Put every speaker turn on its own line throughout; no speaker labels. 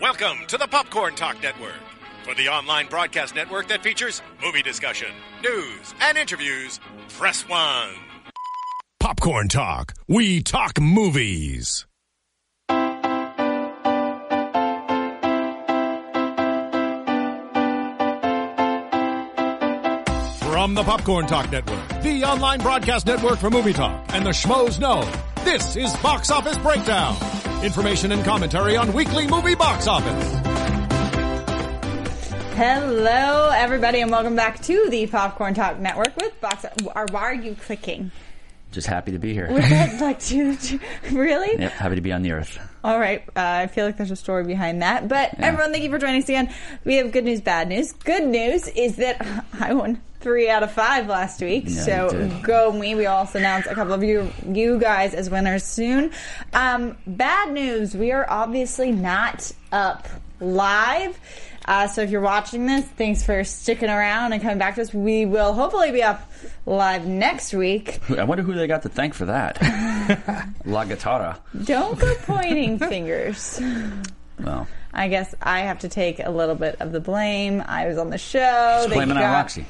Welcome to the Popcorn Talk Network, for the online broadcast network that features movie discussion, news, and interviews. Press one.
Popcorn Talk. We talk movies.
From the Popcorn Talk Network, the online broadcast network for movie talk, and the schmoes know, this is Box Office Breakdown information and commentary on weekly movie box office.
Hello, everybody, and welcome back to the Popcorn Talk Network with Box. Or why are you clicking?
Just happy to be here.
Was that like two, two? Really?
Yep, happy to be on the earth.
All right, uh, I feel like there's a story behind that. But yeah. everyone, thank you for joining us again. We have good news, bad news. Good news is that I won three out of five last week.
Yeah,
so go me. We also announced a couple of you you guys as winners soon. Um, bad news: we are obviously not up live. Uh, so if you're watching this, thanks for sticking around and coming back to us. We will hopefully be up live next week.
I wonder who they got to thank for that. La Guitarra.
Don't go pointing fingers.
Well.
I guess I have to take a little bit of the blame. I was on the show.
Just blaming on got- Roxy.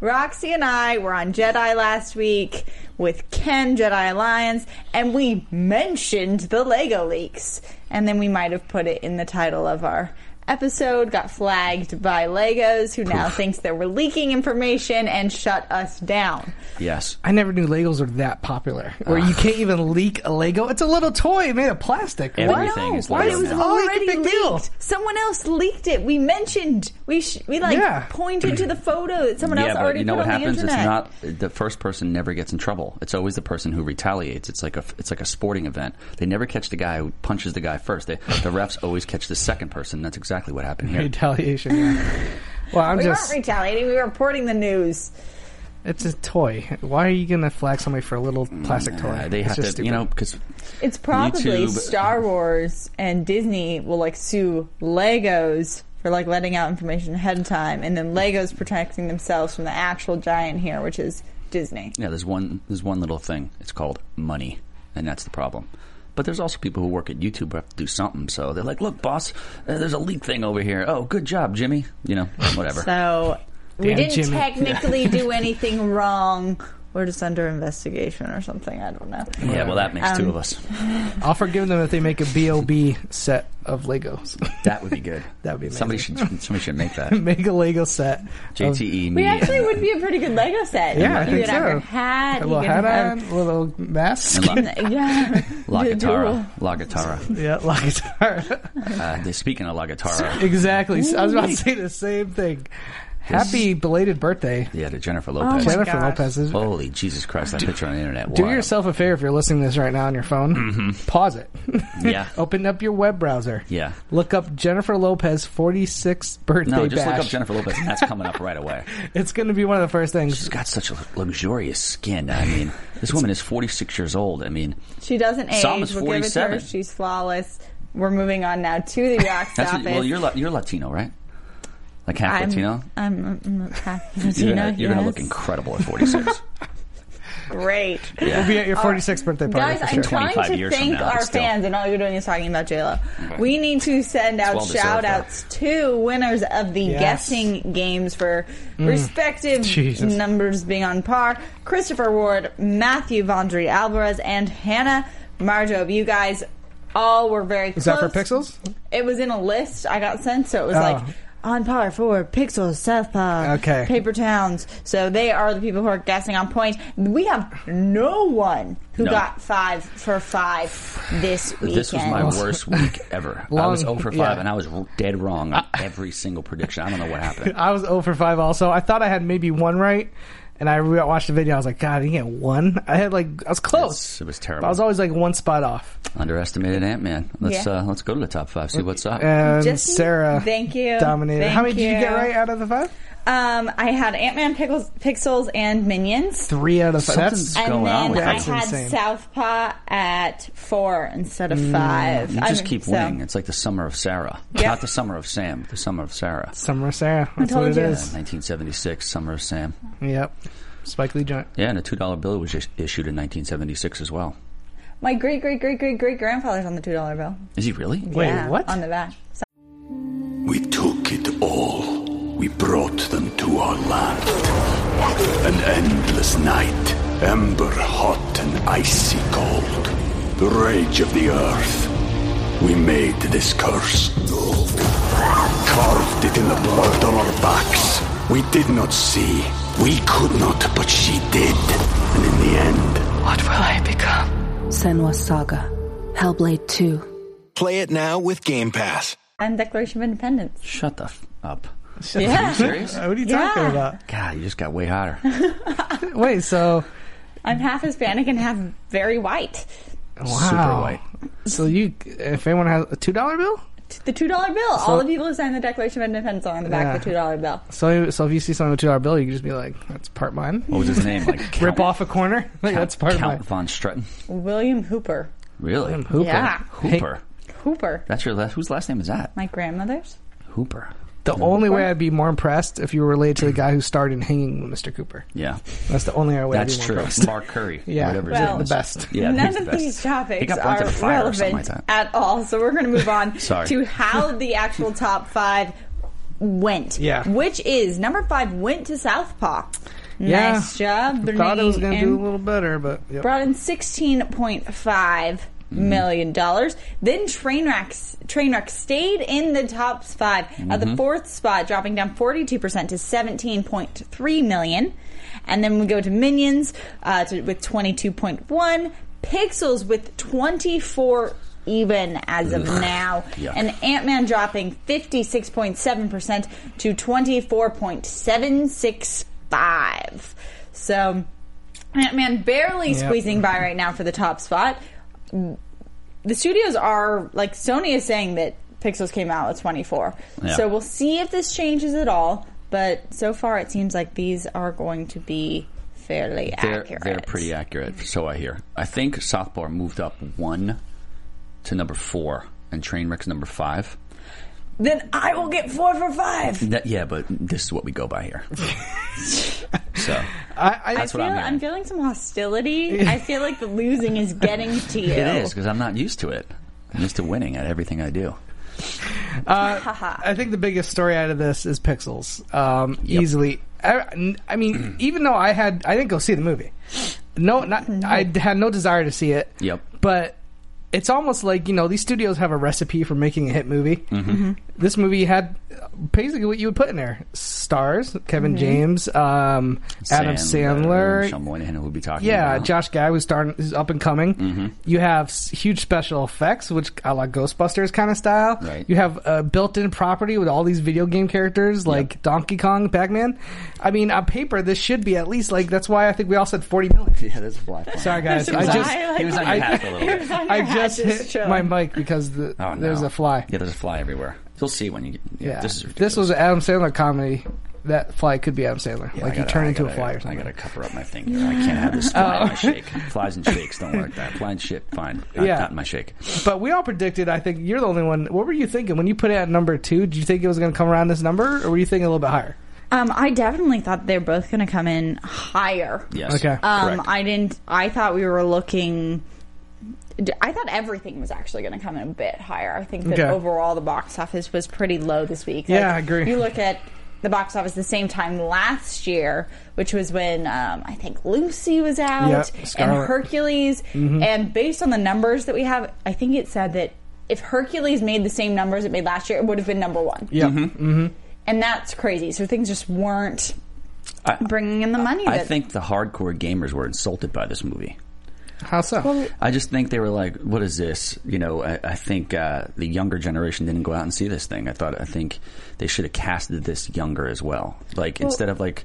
Roxy and I were on Jedi last week with Ken Jedi Alliance, and we mentioned the Lego leaks. And then we might have put it in the title of our episode, got flagged by Legos, who now Oof. thinks that we're leaking information and shut us down.
Yes. Ah.
I never knew Legos are that popular. Where uh. you can't even leak a Lego. It's a little toy made of plastic.
Everything wow. is
Why
Lego
it was
now.
already leaked. Deal. Someone else leaked it. We mentioned. We sh- we like yeah. pointed to the photo that someone
yeah,
else
but
already
you know
put
what
on
happens?
the
It's
internet.
not the first person never gets in trouble. It's always the person who retaliates. It's like a it's like a sporting event. They never catch the guy who punches the guy first. They, the refs always catch the second person. That's exactly what happened here.
Retaliation. Yeah. Well, I'm
we
just.
weren't retaliating. We were reporting the news.
It's a toy. Why are you gonna flag somebody for a little plastic toy?
Uh, they
it's
have to, you know, because
It's probably
YouTube-
Star Wars and Disney will like sue Legos for like letting out information ahead of time, and then Legos protecting themselves from the actual giant here, which is Disney.
Yeah, there's one there's one little thing. It's called money, and that's the problem. But there's also people who work at YouTube who have to do something. So they're like, "Look, boss, uh, there's a leak thing over here. Oh, good job, Jimmy. You know, whatever."
So we
Damn
didn't
Jimmy.
technically do anything wrong. We're just under investigation or something. I don't know.
yeah, well, that makes two of us.
Um, I'll forgive them if they make a B.O.B. set of Legos.
That would be good.
That would be amazing.
somebody should somebody should make that.
make a Lego set. of-
JTE
We
Media.
actually would be a pretty good Lego set.
Yeah, I
you
think
could have
so.
your hat.
a
you
little
could
hat
have-
on, a little mask.
And La,
Yeah.
La
The dual.
Guitarra. La Guitarra.
yeah, La Guitarra.
Uh, they- speaking of La Guitarra,
Exactly. I was about to say the same thing. Happy belated birthday,
yeah, to Jennifer
Oh my
Lopez.
Jennifer
gosh.
Lopez. Is,
Holy Jesus Christ, that picture on the internet.
Uh, do
Wow. Mm-hmm.
yourself a favor if you're listening to this right now on your phone. Pause it.
Yeah.
Open up your web browser.
Yeah.
Look up Jennifer Lopez 46th birthday
No, just
bash.
look up Jennifer Lopez. and That's coming up right away.
It's going to be one of the first things.
She's got such a luxurious skin. I mean, this woman is 46 years old. I mean,
She doesn't age.
Psalm is
we'll give it to her.
47.
She's flawless. We're moving on now to the rock
that's
stop
what, well, you're La- you're Latino, right? Like half
I'm,
Latino.
I'm, I'm half
You're
Latino.
gonna, you're gonna
yes.
look incredible at 46.
great.
You'll be at your 46th birthday party.
Guys,
for
I'm
sure.
trying
25
to
years from
thank
now,
our
but still.
fans, and all you're doing is talking about JLo. We need to send out
well-deserved,
shout outs to winners of the
Yes. Mm.
guessing games for respective
Jesus.
numbers being on par Christopher Ward, Matthew Vondry Alvarez, and Hannah Marjob. You guys all were very close.
Is that for Pixels?
It was in a list I got sent, so it was
Oh.
like on par for Pixels, Southpaw,
Okay.
Paper Towns. So they are the people who are guessing on points. We have no one who
No.
got five for five this weekend.
This was my worst week ever. I was
Long-
0 for 5,
yeah.
and I was r- dead wrong on every single prediction. I don't know what happened.
I was 0 for 5 also. I thought I had maybe one right, and I re- watched the video. I was like, God, I didn't get one. I had like, I was close.
It was
But
terrible.
I was always like one spot off.
Underestimated Ant Man. Let's
Yeah.
uh, let's go to the top five. See what's up.
And Um, Sarah
Thank you.
dominated. How
Thank
many did you get
you.
right out of the five?
Um, I had Ant Man, Pickles, Pixels, and Minions.
Three out of five.
Something's
That's
and
going
then
on with
I
that.
had Southpaw at four instead
Mm.
of five.
You
I
just
mean,
keep
so-
winning. It's like the summer of Sarah,
Yeah.
not the summer of Sam. The summer of Sarah.
Summer of Sarah. That's
told
what it
you.
is.
1976, summer of Sam.
Yep. Spike Lee joint.
Yeah, and a two dollar bill was is- issued in 1976 as well.
My great great great great great grandfather's on the two dollar bill.
Is he really?
Yeah, On the back. So-
We took it all. We brought them to our land. An endless night, ember hot and icy cold. The rage of the earth. We made this curse. Carved it in the blood on our backs. We did not see. We could not, but she did. And in the end,
What will I become? Senwa Saga. Hellblade 2.
Play it now with Game Pass.
And Declaration of Independence.
Shut the f- up.
Yeah.
Are you serious?
Uh, What are you
Yeah.
talking about?
God, you just got way hotter.
Wait, so
I'm half Hispanic and half very white.
wow.
Super white.
So you, if anyone has a two dollar bill,
The two dollar bill. All the people who signed the Declaration of Independence are on the back of the two
Yeah.
dollar bill.
so so if you see someone with a two dollar bill, you can just be like, "That's part mine."
What was his name? Like Count,
Rip off a corner. Like
Count-
that's part of
Count
mine.
von Strutton.
William Hooper.
Really?
Hooper.
Yeah.
Hooper.
Hooper.
That's your last. Whose last name is that?
My grandmother's.
Hooper.
The only way I'd be more impressed if you were related to the guy who starred in Hanging with Mr. Cooper.
Yeah.
That's the only way I'd
That's
be more
true.
impressed.
Mark Curry.
Yeah.
Whatever his
Well,
name is.
the best.
Yeah,
None
he's the
of
best.
these
He
topics
got pointed
are
fire or something
relevant
like that.
at all. So we're going to move on
Sorry.
to how the actual top five went.
Yeah.
Which is number five went to Southpaw.
Yeah.
Nice job.
I thought it was going to
Bernadine.
do a little better, but yep.
Brought in sixteen point five million dollars. Then Trainwreck Trainwreck stayed in the top 5 at the fourth spot, dropping down forty two percent to seventeen point three million. And then we go to Minions uh, to, with twenty two point one, Pixels with twenty four even as of now,
Yuck.
and Ant Man dropping fifty six point seven percent to twenty four point seven six five. So Ant Man barely
Yep.
squeezing by right now for the top spot. The studios are like Sony is saying that Pixels came out at 24.
Yeah.
So we'll see if this changes at all, but so far it seems like these are going to be fairly
They're
accurate.
they're pretty accurate. So I hear. I think Southpaw moved up one to number four, and Trainwreck's number five.
Then I will get 4 for 5.
That, yeah, but this is what we go by here. so
I, I,
that's
I
what
feel,
I'm hearing.
I'm feeling some hostility. I feel like the losing is getting to you.
It is because I'm not used to it. I'm used to winning at everything I do.
I think the biggest story out of this is Pixels. Um, Easily, I, I mean, even though I had, I didn't go see the movie. No, not I had no desire to see it.
Yep.
But it's almost like you know these studios have a recipe for making a hit movie.
Mm-hmm.
This movie had basically what you would put in there: stars, Kevin James, um, Adam Sandler,
Sean Moynihan, who we'll be talking
yeah,
about.
Josh Guy was starting, is up and coming.
Mm-hmm.
You have s- huge special effects, which a la Ghostbusters kind of style.
Right.
You have a built-in property with all these video game characters like Donkey Kong, Pac-Man. I mean, on paper, this should be at least like that's why I think we all said forty million.
Yeah, that's a black one.
Sorry guys, I
was
just
I,
he was on your
I-
hat for a little bit.
I just hit my mic because the,
Oh, no.
there's a fly.
Yeah, there's a fly everywhere. You'll see when you get. Yeah,
Yeah.
this is ridiculous.
this was an Adam Sandler comedy. That fly could be Adam Sandler.
Yeah, I
like you
gotta-
turn
I
into
gotta-
a fly or
I
something. Oh.
gotta cover up my thing. Here. I can't have this fly in my shake. Flies and shakes don't work. That flying shit, fine. Not,
Yeah.
not in my shake.
But we all predicted. I think you're the only one. What were you thinking when you put it at number two? Did you think it was going to come around this number, or were you thinking a little bit higher?
Um, I definitely thought they're both going to come in higher.
Yes.
Okay.
Um,
Correct.
I didn't. I thought we were looking. d- I thought everything was actually going to come in a bit higher. I think that
Okay.
overall the box office was pretty low this week.
Yeah, I agree.
You look at the box office the same time last year, which was when um, I think Lucy was out
Yep,
and
Scarlet.
Hercules.
Mhm.
And based on the numbers that we have, I think it said that if Hercules made the same numbers it made last year, it would have been number one.
Yeah.
Mm-hmm.
And that's crazy. So things just weren't
I-
bringing in the money.
I
that-
think the hardcore gamers were insulted by this movie.
How so?
I just think they were like, "What is this?" You know, I, I think uh, the younger generation didn't go out and see this thing. I thought, I think they should have casted this younger as well. Like
Well-
instead of like,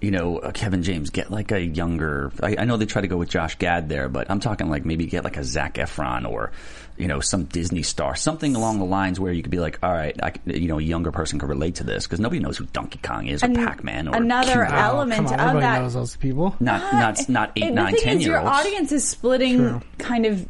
you know, uh, Kevin James, get like a younger. I, I know they try to go with Josh Gad there, but I'm talking like maybe get like a Zach Efron or you know some Disney star, something along the lines where you could be like, "All right, I, c- you know, a younger person could relate to this because nobody knows who Donkey Kong is or
An-
Pac Man or
another
Cuba.
element of that
those people.
Not not not eight,
And
nine,
the thing
ten
is,
year
your
olds.
audience is splitting
True.
kind of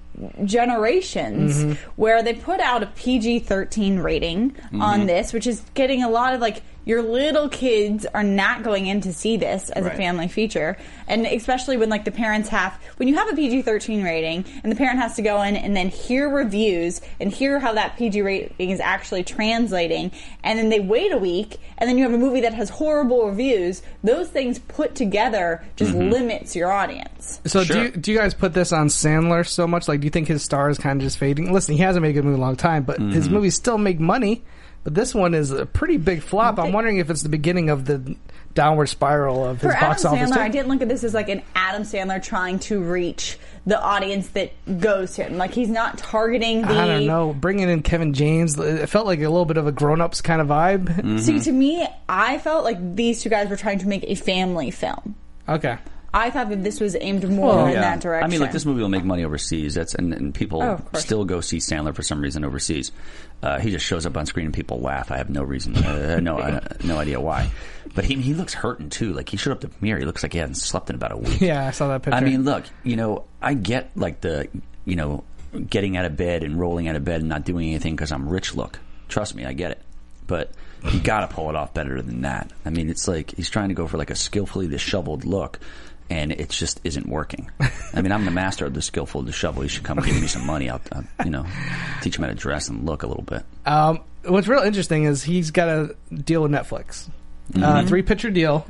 generations
Mhm.
where they put out a PG 13 rating
Mhm.
on this, which is getting a lot of like your little kids are not going in to see this as
Right.
a family feature. And especially when like the parents have, when you have a PG 13 rating and the parent has to go in and then hear reviews and hear how that PG rating is actually translating. And then they wait a week and then you have a movie that has horrible reviews. Those things put together just
Mm-hmm.
Mhm.
limits your audience.
So do you, do you guys put this on Sandler so much? Like, do you think his star is kind of just fading? Listen, he hasn't made a good movie in a long time, but his
Mhm.
movies still make money. But this one is a pretty big flop. I'm wondering if it's the beginning of the downward spiral of
For
his
Adam
box office.
Sandler,
too.
I didn't look at this as like an Adam Sandler trying to reach the audience that goes to him. Like he's not targeting the.
I don't know. Bringing in Kevin James, it felt like a little bit of a grown-ups kind of vibe.
See,
Mm-hmm.
to me, I felt like these two guys were trying to make a family film.
okay.
I thought that this was aimed more in that direction.
I mean, like this movie will make money overseas. That's and, and people
Oh, of course.
still go see Sandler for some reason overseas. Uh, he just shows up on screen and people laugh. I have no reason, uh, no, I, no idea why. But he he looks hurting too. Like he showed up to premiere, he looks like he hadn't slept in about a week.
Yeah, I saw that picture.
I mean, look, you know, I get like the, you know, getting out of bed and rolling out of bed and not doing anything because I'm rich. Look, trust me, I get it. But you got to pull it off better than that. I mean, it's like he's trying to go for like a skillfully disheveled look, and it just isn't working. I mean, I'm the master of the skillful dishevel. You should come give me some money. I'll, I'll you know, teach him how to dress and look a little bit.
Um, what's real interesting is he's got a deal with Netflix, uh,
Mhm.
three picture deal,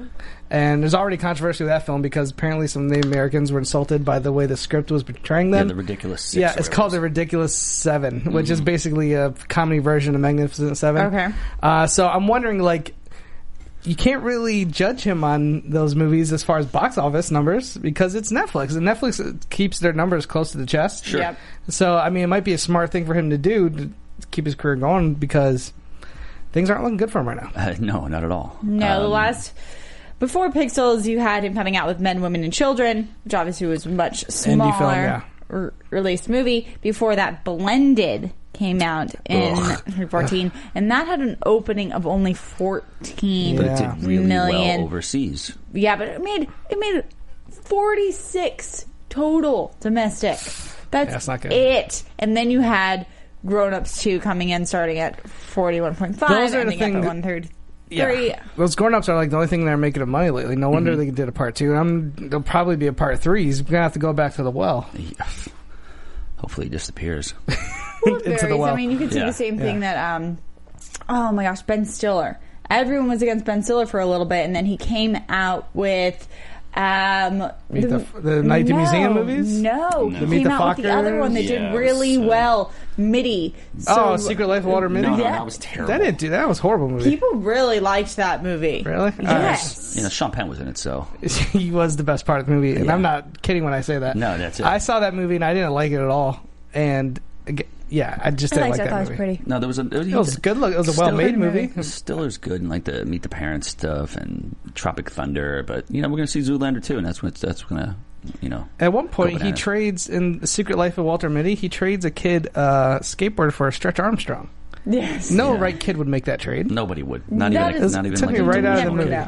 and there's already controversy with that film because apparently some Native Americans were insulted by the way the script was portraying
Yeah,
them.
the ridiculous. Six
yeah,
or
it's
whatever.
called the Ridiculous Seven, which is
Mhm.
basically a comedy version of Magnificent Seven.
Okay.
uh, so I'm wondering like. You can't really judge him on those movies as far as box office numbers because it's Netflix, and Netflix keeps their numbers close to the chest.
Sure. Yep.
So I mean, it might be a smart thing for him to do to keep his career going because things aren't looking good for him right now.
Uh, no, not at all.
No, the
Um,
last before Pixels, you had him coming out with Men, Women, and Children, which obviously was a much
film,
smaller
yeah.
r- released movie. Before that, Blended came out in
Ugh.
2014, and that had an opening of only 14
But it
million.
did really well overseas.
yeah, but it made it made 46 total domestic. That's,
Yeah, that's not good.
it. And then you had Grown Ups 2 coming in starting at 41.5,
Those are the
ending up
thing-
at 133.
Those grown ups are like the only thing that are making him money lately. No wonder
Mhm.
they did a part two. And i there'll probably be a part three. He's gonna have to go back to the well.
Hopefully, it disappears.
into the
varies.
well.
I mean, you can see
Yeah.
the same thing
Yeah.
that um, oh my gosh, Ben Stiller. Everyone was against Ben Stiller for a little bit, and then he came out with um
Meet the- the Night at the Museum
No,
movies?
No,
No.
he
The Meet
came
the
out with the other one that
Fockers?
did really
Yes, uh,
well, MIDI.
oh, Secret Life of Walter Mitty. That didn't do. That was a horrible movie.
People really liked that movie.
Really?
Yes.
You know, Sean Penn was in it, so
he was the best part of the movie, and I'm not kidding when I say that.
no, that's it.
I saw that movie and I didn't like it at all. And ag- yeah, I just didn't like that movie.
No, there was a. There was,
It was good look- it was a well-made movie.
Stiller's good and like the Meet the Parents stuff and Tropic Thunder, but you know we're gonna see Zoolander too, and that's what that's gonna you know.
At one
Go
point, he
bananas.
trades in The Secret Life of Walter Mitty. He trades a kid uh, skateboard for a Stretch Armstrong.
Yes.
No right kid would make that trade.
Nobody would. Not
That
even.
is-
not even.
took
like
me
a
right out of the
delusion.
movie.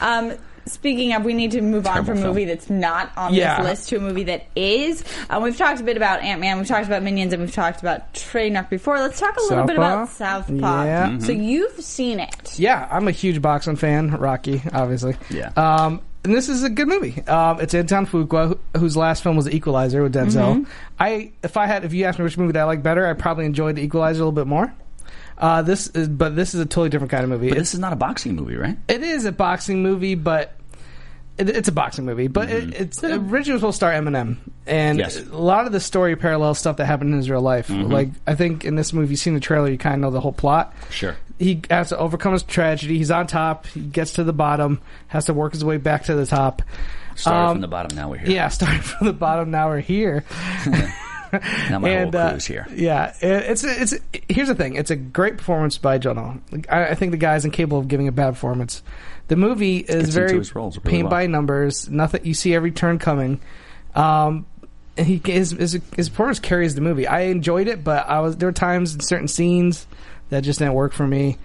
Um, speaking of, we need to move on
Terrible
from a
film.
movie that's not on
Yeah.
this list to a movie that is. Um, we've talked a bit about Ant Man, we've talked about Minions, and we've talked about Trainwreck before. Let's talk a little bit about
Southpaw?
Southpaw.
Yeah.
Mm-hmm.
Mhm.
So you've seen it.
Yeah, I'm a huge boxing fan. Rocky, obviously.
Yeah.
Um, and this is a good movie. Um, it's Anton Fuqua, wh- whose last film was The Equalizer with Denzel.
Mhm.
I, if I had, if you asked me which movie that I like better, I probably enjoyed The Equalizer a little bit more. Uh, this, is, but this is a totally different kind of movie.
But this is not a boxing movie, right?
It is a boxing movie, but it, it's a boxing movie. But it, it's originally was supposed to star Eminem, and
Mm-hmm. Yes.
a lot of the story parallels stuff that happened in his real life.
Mhm.
Like I think in this movie, you've seen the trailer, you kind of know the whole plot.
Sure.
He has to overcome his tragedy. He's on top. He gets to the bottom. Has to work his way back to the top.
Started
Um,
from the bottom. Now we're here.
Yeah, starting from the bottom. Now we're here.
Now my
and,
whole
uh,
crew's here.
Yeah, it- it's it's here's the thing. It's a great performance by Jonah. Like, I, I think the guy's incapable of giving a bad performance. The movie is
into
very
his roles really
paint
well.
by numbers. Nothing you see every turn coming. Um, and he his, his his performance carries the movie. I enjoyed it, but I was there were times in certain scenes that just didn't work for me.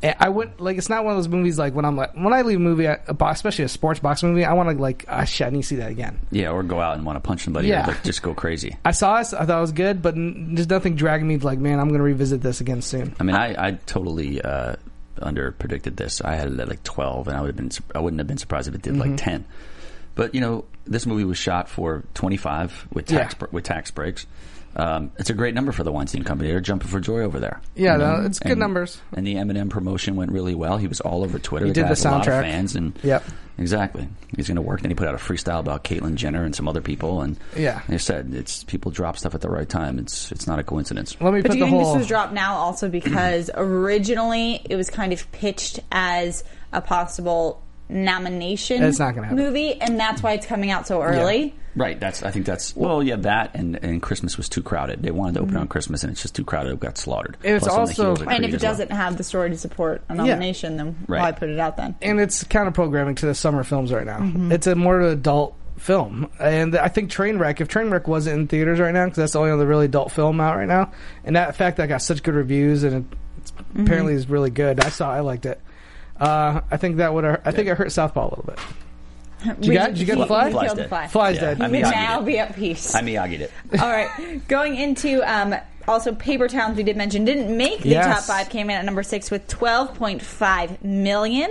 And I would like it's not one of those movies like when I'm like when I leave a movie a box, especially a sports box movie I want to like ah shit I need to see that again.
Yeah, or go out and want to punch somebody
Yeah.
or like, just go crazy.
I saw it. I thought it was good, but n- there's nothing dragging me to like, man, I'm going to revisit this again soon.
I mean, I, I totally uh, under predicted this. I had it at like twelve, and I would have been I wouldn't have been surprised if it did
Mhm.
like ten. But you know, this movie was shot for twenty five with tax
Yeah.
br- with tax breaks. Um, it's a great number for the Weinstein Company. They're jumping for joy over there.
Yeah,
You know?
no, it's good
And-
numbers.
And the Eminem promotion went really well. He was all over Twitter.
He
The
did
guy
the
has a lot of
soundtrack.
fans, and
Yep.
exactly, he's going to work. Then he put out a freestyle about Caitlyn Jenner and some other people, and
Yeah.
they said it's people drop stuff at the right time. It's it's not a coincidence.
Let me
But do you think this was dropped now also because originally it was kind of pitched as a possible nomination
It's not gonna happen.
movie, and that's why it's coming out so early?
Right. That's. I think that's. Well, yeah, that and and Christmas was too crowded. They wanted to open
Mhm.
on Christmas, and it's just too crowded. It got slaughtered.
And it's
Plus, on the
also-
heels of
And
Creed
if it
as well.
doesn't have the story to support a nomination, then why
Right.
put it out then?
And it's counter programming to the summer films right now.
Mhm.
It's a more adult film, and I think Trainwreck. If Trainwreck wasn't in theaters right now, because that's the only other really adult film out right now, and that fact that got such good reviews and it it's
Mm-hmm.
apparently is really good. I saw. I liked it. Uh, I think that would. I think it hurt Southpaw a little bit. Did you,
We-
got, did you get
he-
the fly?
he killed the fly.
Flies dead.
He would now be at peace.
I Miyagi'd it.
All right, going into um, also Paper Towns we did mention didn't make the
Yes.
top five. Came in at number six with twelve point five million.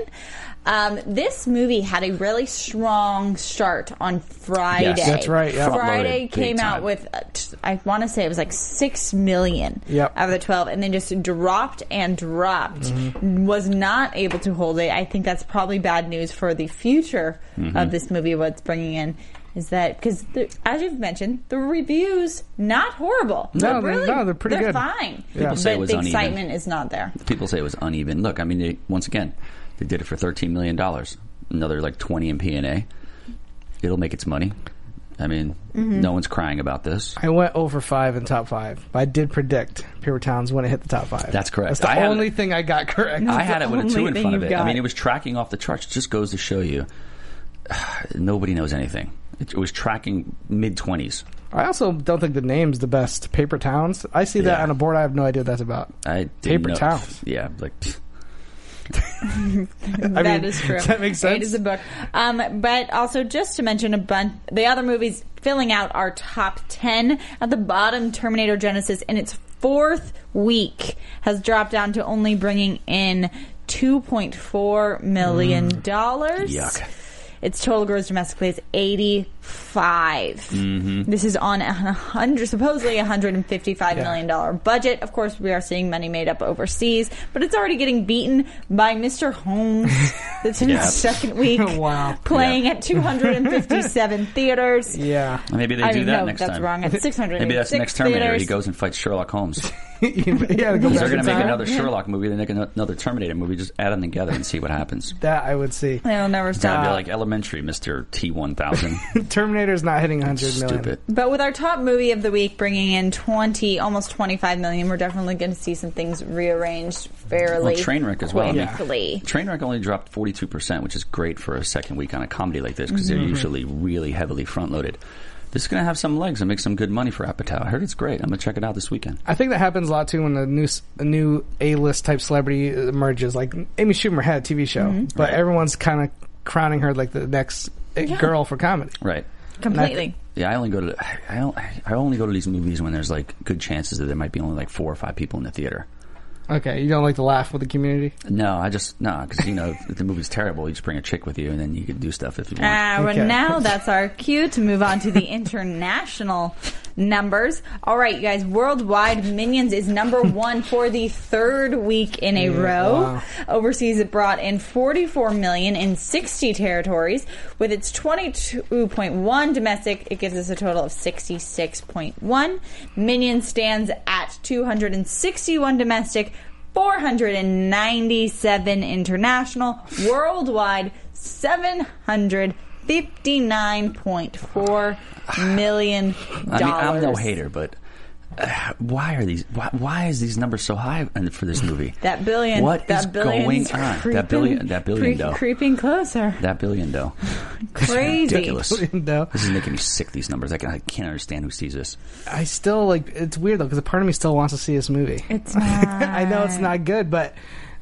Um, this movie had a really strong start on Friday.
Yes, that's right, yeah. Front-loaded
Friday
big
came out
time.
with uh, t- I want to say it was like six million
Yep.
out of the twelve, and then just dropped and dropped.
Mm-hmm.
Was not able to hold it. I think that's probably bad news for the future
Mm-hmm.
Mhm.
of this movie. What's bringing in is that because as you've mentioned, the reviews not horrible.
No,
they're
they're-
really,
no, they're pretty good.
fine.
Yeah. People say it
but
was
the
uneven.
excitement is not there.
People say it was uneven. Look, I mean, they, once again, they did it for thirteen million dollars. Another like twenty in P and A. It'll make its money. I mean,
Mm-hmm.
Mhm.
no one's crying about this.
I went over five in top five. But I did predict Paper Towns when it hit the top five.
That's correct.
That's the
I had-
only thing I got correct.
I had it with a two in front of it. I mean, it
was
was tracking off the charts. It just goes to show you, nobody knows anything. It, it was tracking mid twenties.
I also don't think the name's the best. Paper Towns. I see that on a board. I have no idea what that's about.
I didn't
Paper
know-
Towns.
Yeah, like pfft.
That is
mean,
true.
does that make
It
sense?
is a book. Um, but also, just to mention a bunch, the other movies filling out our top 10. At the bottom, Terminator Genesis in its fourth week has dropped down to only bringing in $2.4 million.
Mm.
yuck.
Its total gross domestic plays 85.
Mhm.
This is on a hundred, supposedly a hundred and fifty-five
Yeah.
million dollar budget. Of course, we are seeing money made up overseas, but it's already getting beaten by Mr. Holmes. That's in
Yeah.
its second week. wow, playing at two hundred and fifty-seven theaters.
Yeah,
maybe they
I
do
mean,
that
no,
next
that's
time.
wrong. It's 600
Maybe that's
six
next Terminator.
theaters.
He goes and fights Sherlock Holmes.
yeah, to go
They're
back
going to
in
make
time.
another Sherlock movie. They make ano- another Terminator movie. Just add them together and see what happens.
That I would see.
They'll never
It's going to be like Elementary, Mister T one thousand.
Terminator's not hitting hundred million.
Stupid.
But with our top movie of the week bringing in 20, almost 25 million, we're definitely going to see some things rearranged fairly
Well, Trainwreck as well. I mean,
quickly.
Trainwreck only dropped forty two percent, which is great for a second week on a comedy like this because
Mhm.
they're usually really heavily front loaded. This is going to have some legs and make some good money for Apatow. I heard it's great. I'm going to check it out this weekend.
I think that happens a lot too when a new s- a new A list type celebrity emerges. Like Amy Schumer had a TV show,
Mhm.
but everyone's kind of crowning her like the next uh,
Yeah.
girl for comedy.
Right.
Completely.
Yeah, I only go to I don't I only go to these movies when there's like good chances that there might be only like four or five people in the theater.
Okay, you don't like to laugh with the community.
No, I just no, because you know if the movie's terrible, you just bring a chick with you, and then you can do stuff if you want.
Ah, well, now that's our cue to move on to the international numbers. All right, you guys, worldwide Minions is number one for the third week in a
Yeah,
row.
wow.
Overseas, it brought in 44 million in 60 territories. With its 22.1 domestic, it gives us a total of 66.1. Minion stands at 261 domestic, 497 international, worldwide 759.4 million
I
Ah, dollars.
mean, I'm no hater, but uh, why are these? Why, why is these numbers so high and for this movie?
That billion.
What
that
is
billion's
going on? That
Creeping,
billion- that billion,
cre-
though.
Creeping closer.
That billion though.
Crazy.
Ridiculous. This is making me sick. These numbers. I, can, I can't understand who sees this.
I still like. It's weird though because a part of me still wants to see this movie.
It's.
I know it's not good, but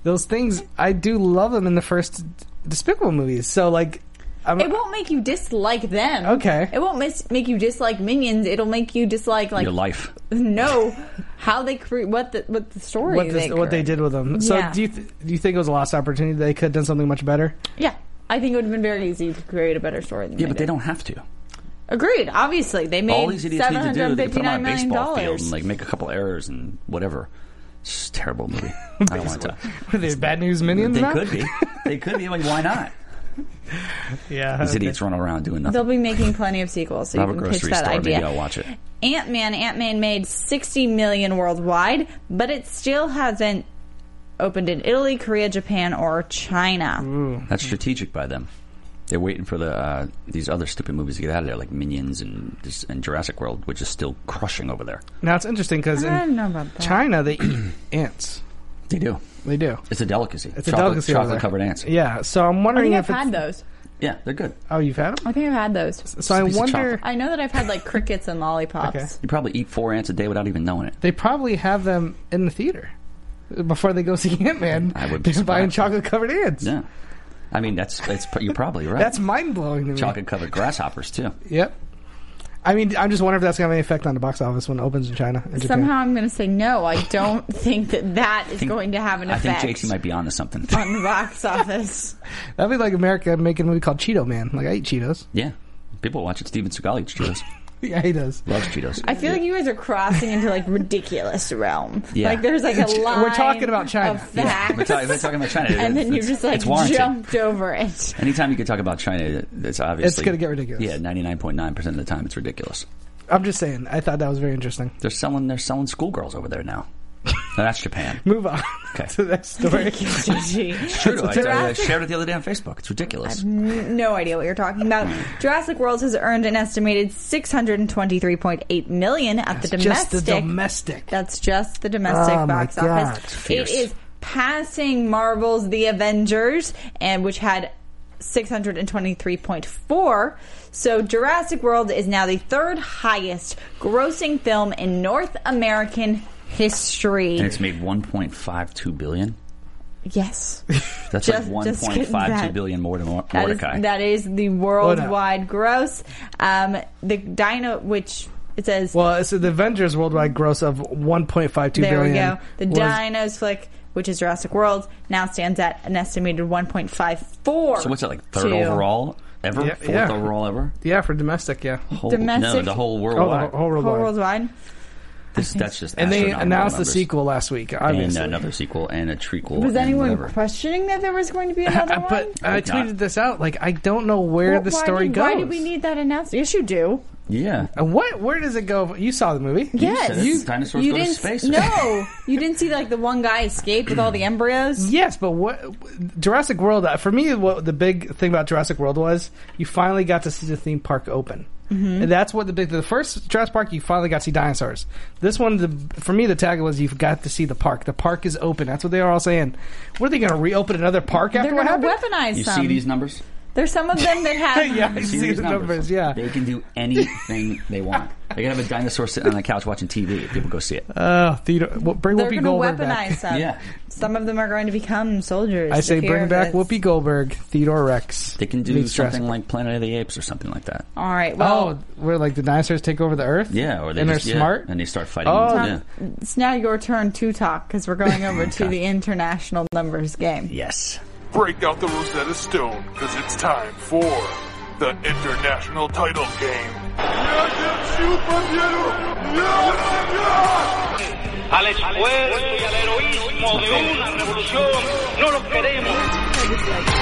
those things I do love them in the first Despicable movies. So like, I'm,
It won't make you dislike them.
Okay.
It won't mis- make you dislike minions. It'll make you dislike like
Your life.
No, how they create what the what the story
what,
they
this, what they
create.
did with them. So
Yeah.
do you th- do you think it was a lost opportunity? They could have done something much better.
Yeah, I think it would have been very easy to create a better story. Than
Yeah,
did.
but they don't have to.
Agreed. Obviously, they made
All these idiots need to do is they can put them on a
759 million
baseball field
dollars.
and like make a couple errors and whatever. It's just a terrible movie. I don't want to.
Were they bad news minions?
They
now?
could be. They could be. Like, why not?
Yeah.
These idiots run around doing nothing.
They'll be making plenty of sequels, so
I'll have
you
a
can pitch
grocery
that
store. Maybe I'll
idea.
watch it.
Ant Man, Ant Man made 60 million worldwide, but it still hasn't opened in Italy, Korea, Japan, or China.
Mm.
That's strategic by them. They're waiting for the uh, these other stupid movies to get out of there, like Minions and this- and Jurassic World, which is still crushing over there.
Now it's interesting because
I don't
in
know about that.
China they eat ants.
They do.
They do.
It's a delicacy.
It's a
chocolate,
delicacy over there.
Chocolate covered ants.
Yeah. So I'm
I
wondering
think I've
if it's-
Oh, had those.
Yeah, they're good.
Oh, you've had them.
I think I've had those.
So I
piece of
wonder.
I know that I've had like crickets and lollipops.
You probably eat four ants a day without even knowing it.
They probably have them in the theater before they go see Ant Man.
I would be
They're buying
surprised.
chocolate covered ants.
Yeah. I mean, that's that's you're probably right.
That's mind blowing to me.
chocolate covered grasshoppers too.
Yep. I mean, I'm just wondering if that's gonna have any effect on the box office when it opens in China. And Japan.
Somehow I'm going to say no. I don't think that that is going to have an
I think
effect
JT might be onto something.
on the box office.
That'd be like America making a movie called Cheeto Man. Like I eat Cheetos.
Yeah, people watch it. Steven Seagal eats Cheetos.
Yeah, he does.
Loves Cheetos.
I feel like you guys are crossing into like ridiculous realm.
Yeah.
Like there's like a
We're
line.
talking about China.
Of
Yeah,
facts.
we're, talking, we're talking about China.
and
It's-
then you
it's-
just like
it's warranted.
jumped over it.
Anytime you can talk about China, it's obviously
gonna get ridiculous.
Yeah, ninety nine point nine percent of the time, it's ridiculous.
I'm just saying. I thought that was very interesting.
They're selling they're selling schoolgirls over there now. No, that's Japan.
Move on
Okay.
to that story.
Thank you, JT.
It's true. I, I
Jurassic-
shared it the other day on Facebook. It's
I
ridiculous.
have n- no idea what you're talking about. Jurassic World has earned an estimated 623.8 million at the
That's just
domestic.
the domestic.
That's just the domestic
Oh, my
box
God. It's
office. It
fierce.
is passing Marvel's The Avengers, and which had 623.4. So Jurassic World is now the third highest grossing film in North American history.
And it's made one point five two billion.
yes.
That's
Just-
like one
just
point
getting
five two
that.
billion more than Mor-
That is,
Mordecai.
that is the worldwide gross. Um, the dino, which it says,
Well, it's the Avengers worldwide gross of 1.52 billion.
there we go. The
was-
dinos flick, which is Jurassic World, now stands at an estimated 1.54.
so what's that like third
to-
overall ever?
Yeah,
Fourth
yeah.
overall ever?
Yeah, for domestic. Yeah,
Whole, No,
Domestic-
the whole
Oh, the
worldwide.
whole
Whole
worldwide.
worldwide.
This- that's just
and they
astronomical
announced the
numbers.
sequel last week.
and
Obviously,
another sequel and a trequel.
Was
and
anyone
whatever.
questioning that there was going to be another one?
Uh, but I
Like not-
tweeted this out. Like, I don't know where
Well,
the
why
story
did,
goes.
Why do we need that announcement? Yes, you do.
Yeah.
And what? Where does it go? You saw the movie?
Yes,
dinosaurs
you
go to
didn't-
space or
No, you didn't see like the one guy escape with all the embryos.
Yes, but what Jurassic World? uh, For me, what the big thing about Jurassic World was you finally got to see the theme park open.
Mhm.
And that's what the big the first Jurassic Park you finally got to see dinosaurs. This one, the for me the tag was you've got to see the park. The park is open. That's what they are all saying. What are they going to reopen another park after
They're
what
gonna
happened?
weaponize
You
some.
see these numbers?
There's some of them that have.
yeah, I
You
see
these
the numbers, yeah.
They can do anything they want. They can have a dinosaur sitting on the couch watching TV. and People go see it.
Uh, Theodore, well, bring
They're
Whoopi
going to
Goldberg
weaponize
back.
some.
Yeah.
Some of them are going to become soldiers.
I say
if you're
bring back
the-
Whoopi Goldberg, Theodore Rex.
They can do
meets
something
Jurassic
like Planet of the Apes or something like that.
All right. Well,
oh, where like the dinosaurs take over the Earth?
Yeah, or they
and
just,
they're
yeah,
smart.
and they start fighting.
Oh.
yeah.
it's now your turn to talk because we're going over to the international numbers game.
Yes.
Break out the Rosetta Stone, because it's time for the international title game.
al esfuerzo y al heroísmo de una revolución. No los queremos.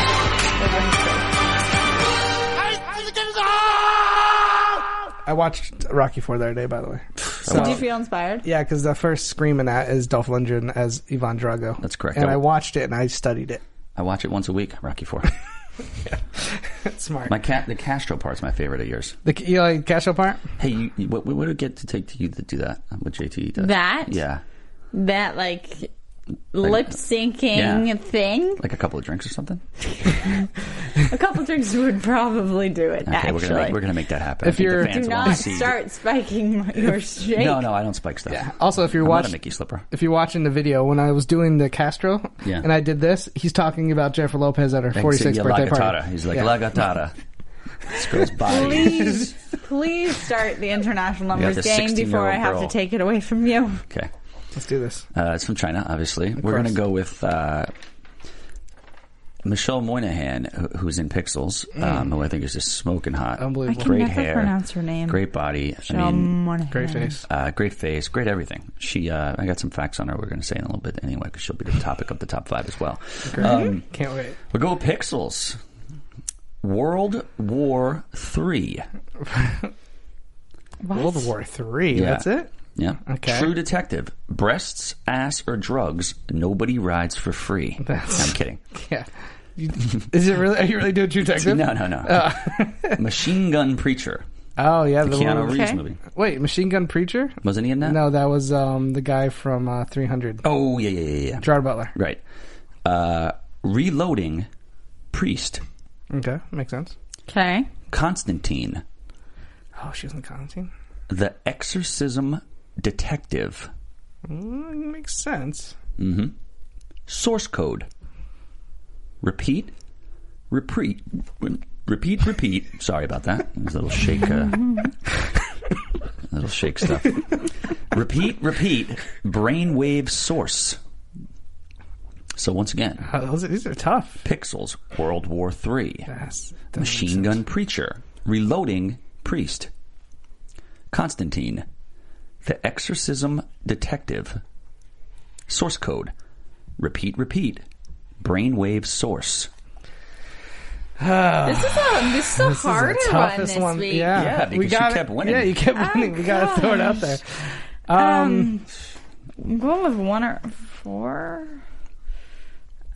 I watched Rocky Four the other day, by the way.
So do you feel inspired?
Yeah, because the first screaming at is Dolph Lundgren as Ivan Drago.
That's correct.
And
I-
I watched it and I studied it.
I watch it once a week. Rocky Four.
Smart.
My cat, the Castro part's my favorite of yours.
The you like Castro part?
Hey, you, you, what, what would it get to take to you to do that? What JT does?
That?
Yeah,
That like lip syncing
Yeah.
thing.
like a couple of drinks or something.
A couple drinks would probably do it.
Okay,
actually,
we're gonna make, we're gonna make that happen. I
If
think the
you're-
fans
do
wanna
not
see-
start spiking your shake.
No, no, I don't spike stuff.
Also, if you're
I'm not a
watching,
Mickey slipper.
if you're watching the video, when I was doing the Castro,
Yeah.
and I did this, he's talking about Jennifer Lopez at her
They can
46th
see you,
birthday
La Gattara.
party.
He's like
Yeah.
La Gattara. This girl's body.
Please, please start the international
We got
numbers
this
game before
16-year-old
I have to
girl.
take it away from you.
Okay,
let's do this.
Uh, it's from China, obviously. We're
course.
gonna go with uh, Michelle Moynihan, who- who's in Pixels,
Mm.
um, who I think is just smoking hot.
Unbelievable. I can
Great
never
hair,
pronounce her name.
Great body. I
Michelle
mean,
Monaghan. Great face.
Uh, great face, great everything. She, uh, I got some facts on her. We're going to say in a little bit anyway, because she'll be the topic of the top five as well. Um,
Can't wait.
we go Pixels. World War Three.
World War Three.
Yeah.
That's it.
Yeah.
Okay.
True Detective. Breasts, ass, or drugs. Nobody rides for free. I'm kidding.
Yeah. You- Is it really? Are you really doing True Detective?
No, no, no. Machine Gun Preacher.
Oh yeah,
The
the,
Keanu
one-
Reeves Okay. movie.
Wait, Machine Gun Preacher?
Wasn't he in that?
No, that was um, the guy from uh, 300.
Oh yeah, yeah, yeah, yeah.
Gerard Butler.
Right. Uh, reloading. Priest.
Okay, makes sense.
Okay.
Constantine.
Oh, she was in Constantine.
The Exorcism Detective.
Mm, makes sense.
Mm-hmm. Source code. Repeat. Repeat. Repeat. Repeat. Sorry about that. It was a little shake. Uh, little shake stuff. repeat. Repeat. Brainwave source. So once again,
Oh, those are- these are tough.
Pixels. World War Three.
Yes.
Machine Gun Preacher. Reloading Priest. Constantine. The Exorcism Detective. Source Code. Repeat, repeat. Brainwave Source.
This is a this is a harder one this week.
Yeah,
Yeah, because
we
you
got
kept
it.
winning.
Yeah, you kept winning. we got to throw it out there. Um,
I'm going with one or four.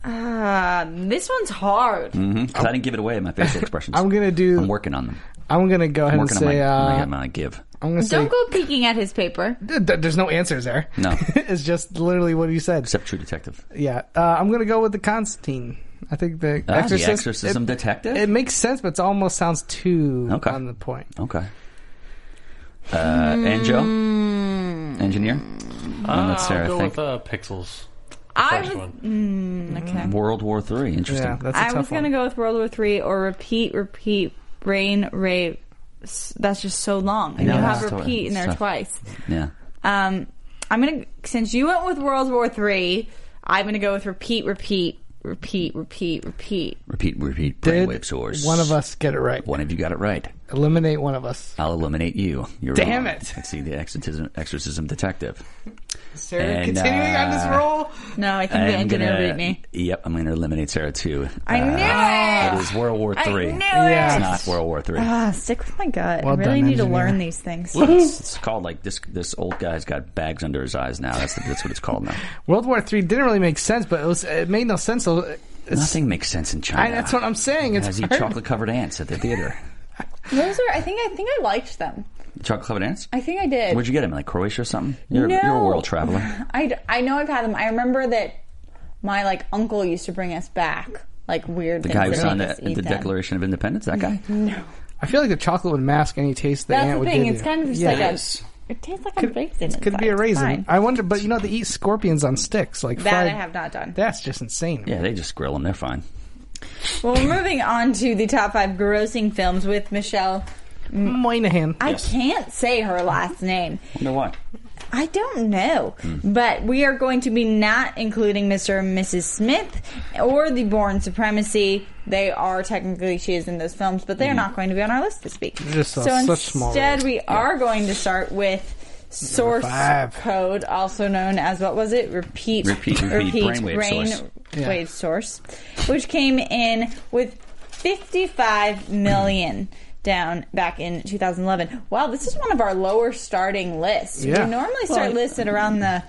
Uh, this one's hard.
Mm-hmm. Because I didn't give it away in my facial expressions.
I'm gonna do.
I'm working on them.
I'm gonna go
I'm
ahead and
working on my,
say.
my,
uh,
my give.
I'm gonna say.
Don't go peeking at his paper.
th- th- there's no answers there.
No,
it's just literally what you said.
except True Detective.
Yeah, uh, I'm gonna go with the Constantine. I think the
Ah,
Exorcist-
the Exorcism
it-
Detective?
It makes sense, but it almost sounds too
Okay.
on the point.
Okay. Uh, and Joe?
Hmm.
Engineer?
Uh,
And that's Sarah,
I'll go
I think.
with uh, Pixels.
I
First
was.
one.
Mm, okay.
World War Three. Interesting.
I was gonna go with World War Three or repeat, repeat, brain rave. S- That's just so long, and
know,
you
it's
have
tough.
repeat in
It's
there
tough.
twice.
Yeah.
Um, I'm gonna since you went with World War Three, I'm gonna go with repeat, repeat, repeat, repeat, repeat.
Repeat, repeat,
Did
brainwave source.
one of us get it right?
One of you got it right.
Eliminate one of us.
I'll eliminate you. You're
Damn
wrong.
it.
Let's see the exorcism, exorcism detective.
Sarah,
And,
continuing on this
uh,
roll.
No, I think the
I'm
engineer
gonna-
beat me.
Yep, I'm going to eliminate Sarah too. Uh,
I knew it!
It is World War
I
Three.
knew
It's
it!
not World War Three.
Ah, stick with my gut.
Well
I really
done,
need to
engineer.
learn these things.
Well, it's, it's called like this. This old guy's got bags under his eyes now. That's that's what it's called now.
World War Three didn't really make sense, but it was it made no sense. So it's,
Nothing makes sense in China.
I, that's what I'm saying. It's
Guys eat
hard.
chocolate covered ants at the theater.
Those are. I think. I think I liked them.
chocolate covered ants.
I think I did.
Where'd you get them? Like Croatia or something? You're,
No.
you're a world traveler.
I, I know I've had them. I remember that my like uncle used to bring us back like weird.
The
things
guy who
that
signed
make
the,
us eat
the
them. Mm-hmm.
Declaration of Independence, that guy?
No,
I feel like the chocolate would mask any taste that
that's
ant
the
would
thing.
give
It's
you.
kind of just
Yes.
like a. It tastes like a raisin.
Could be a
inside.
raisin.
Fine.
I wonder, but you know they eat scorpions on sticks, like
That I
fried.
have not done.
That's just insane.
Yeah, they just grill them. They're fine.
Well, we're moving on to the top five grossing films with Michelle
Moynihan.
I
Yes.
can't say her last name.
Wonder why?
I don't know. But we are going to be not including Mr. and Mrs. Smith or the Born Supremacy. They are technically, she is in those films, but they're not going to be on our list this week.
Mm-hmm. Just
so
saw such small
instead,
roles.
we are going to start with source
five.
code, also known as what was it? Repeat,
Repeat, repeat, brainwave
brain
source.
Yeah.
wave source, which came in with 55 million down back in 2011. Wow, this is one of our lower starting lists.
Yeah.
We normally start
Well,
lists at around the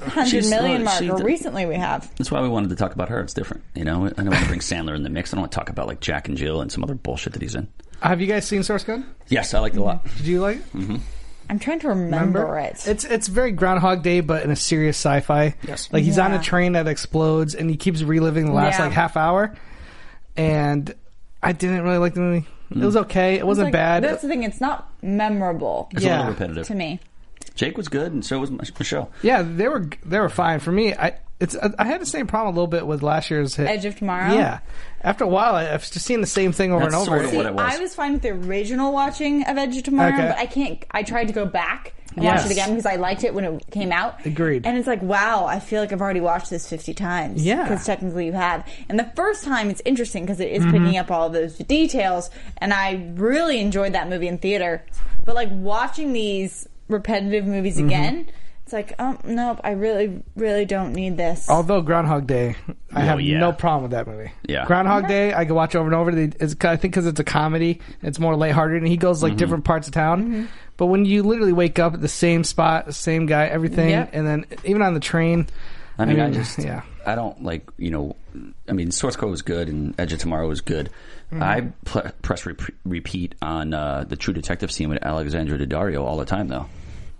100
she's
million
not-
mark,
she
or
d-
recently we have.
That's why we wanted to talk about her. It's different, you know. I don't want to bring Sandler in the mix. I don't want to talk about like Jack and Jill and some other bullshit that he's in.
Have you guys seen Source Code?
Yes, I liked it a lot.
Did you like? it?
hmm
I'm trying to remember,
Remember?
it.
It's it's very Groundhog Day, but in a serious sci-fi.
Yes.
Like he's on
Yeah.
a train that explodes, and he keeps reliving the last
Yeah.
like half hour. And I didn't really like the movie.
Mm.
It was okay. It wasn't
It's like-
bad.
That's the thing, it's not memorable
It's a
Yeah.
little repetitive.
to me.
Jake was good, and so was Mich- Michelle.
yeah, they were they were fine for me. I it's I had the same problem a little bit with last year's hit.
Edge of Tomorrow?
Yeah. After a while, I- I've just seen the same thing over
That's
and over.
sort of what it was.
I was fine with the original watching of Edge of Tomorrow,
Okay.
but I can't. I tried to go back and watch
Yes.
it again because I liked it when it came out.
Agreed.
And it's like, wow, I feel like I've already watched this fifty times.
Yeah.
because technically you have. And the first time, it's interesting because it is
Mm-hmm.
picking up all those details, and I really enjoyed that movie in theater. But like watching these repetitive movies
Mm-hmm.
again. It's like, oh nope, I really, really don't need this.
Although Groundhog Day, I
Oh,
have
yeah.
no problem with that movie.
Yeah.
Groundhog Day, I can watch over and over. They- It's, I think because it's a comedy, it's more lighthearted, and he goes
Mm-hmm.
like different parts of town.
Mm-hmm.
But when you literally wake up at the same spot, the same guy, everything,
Yep.
and then even on the train,
I mean, I,
Mm,
just,
yeah.
I don't like, you know, I mean, Source Code was good and Edge of Tomorrow was good.
Mm.
I pl- press rep- repeat on uh, the True Detective scene with Alexandra Daddario all the time, though.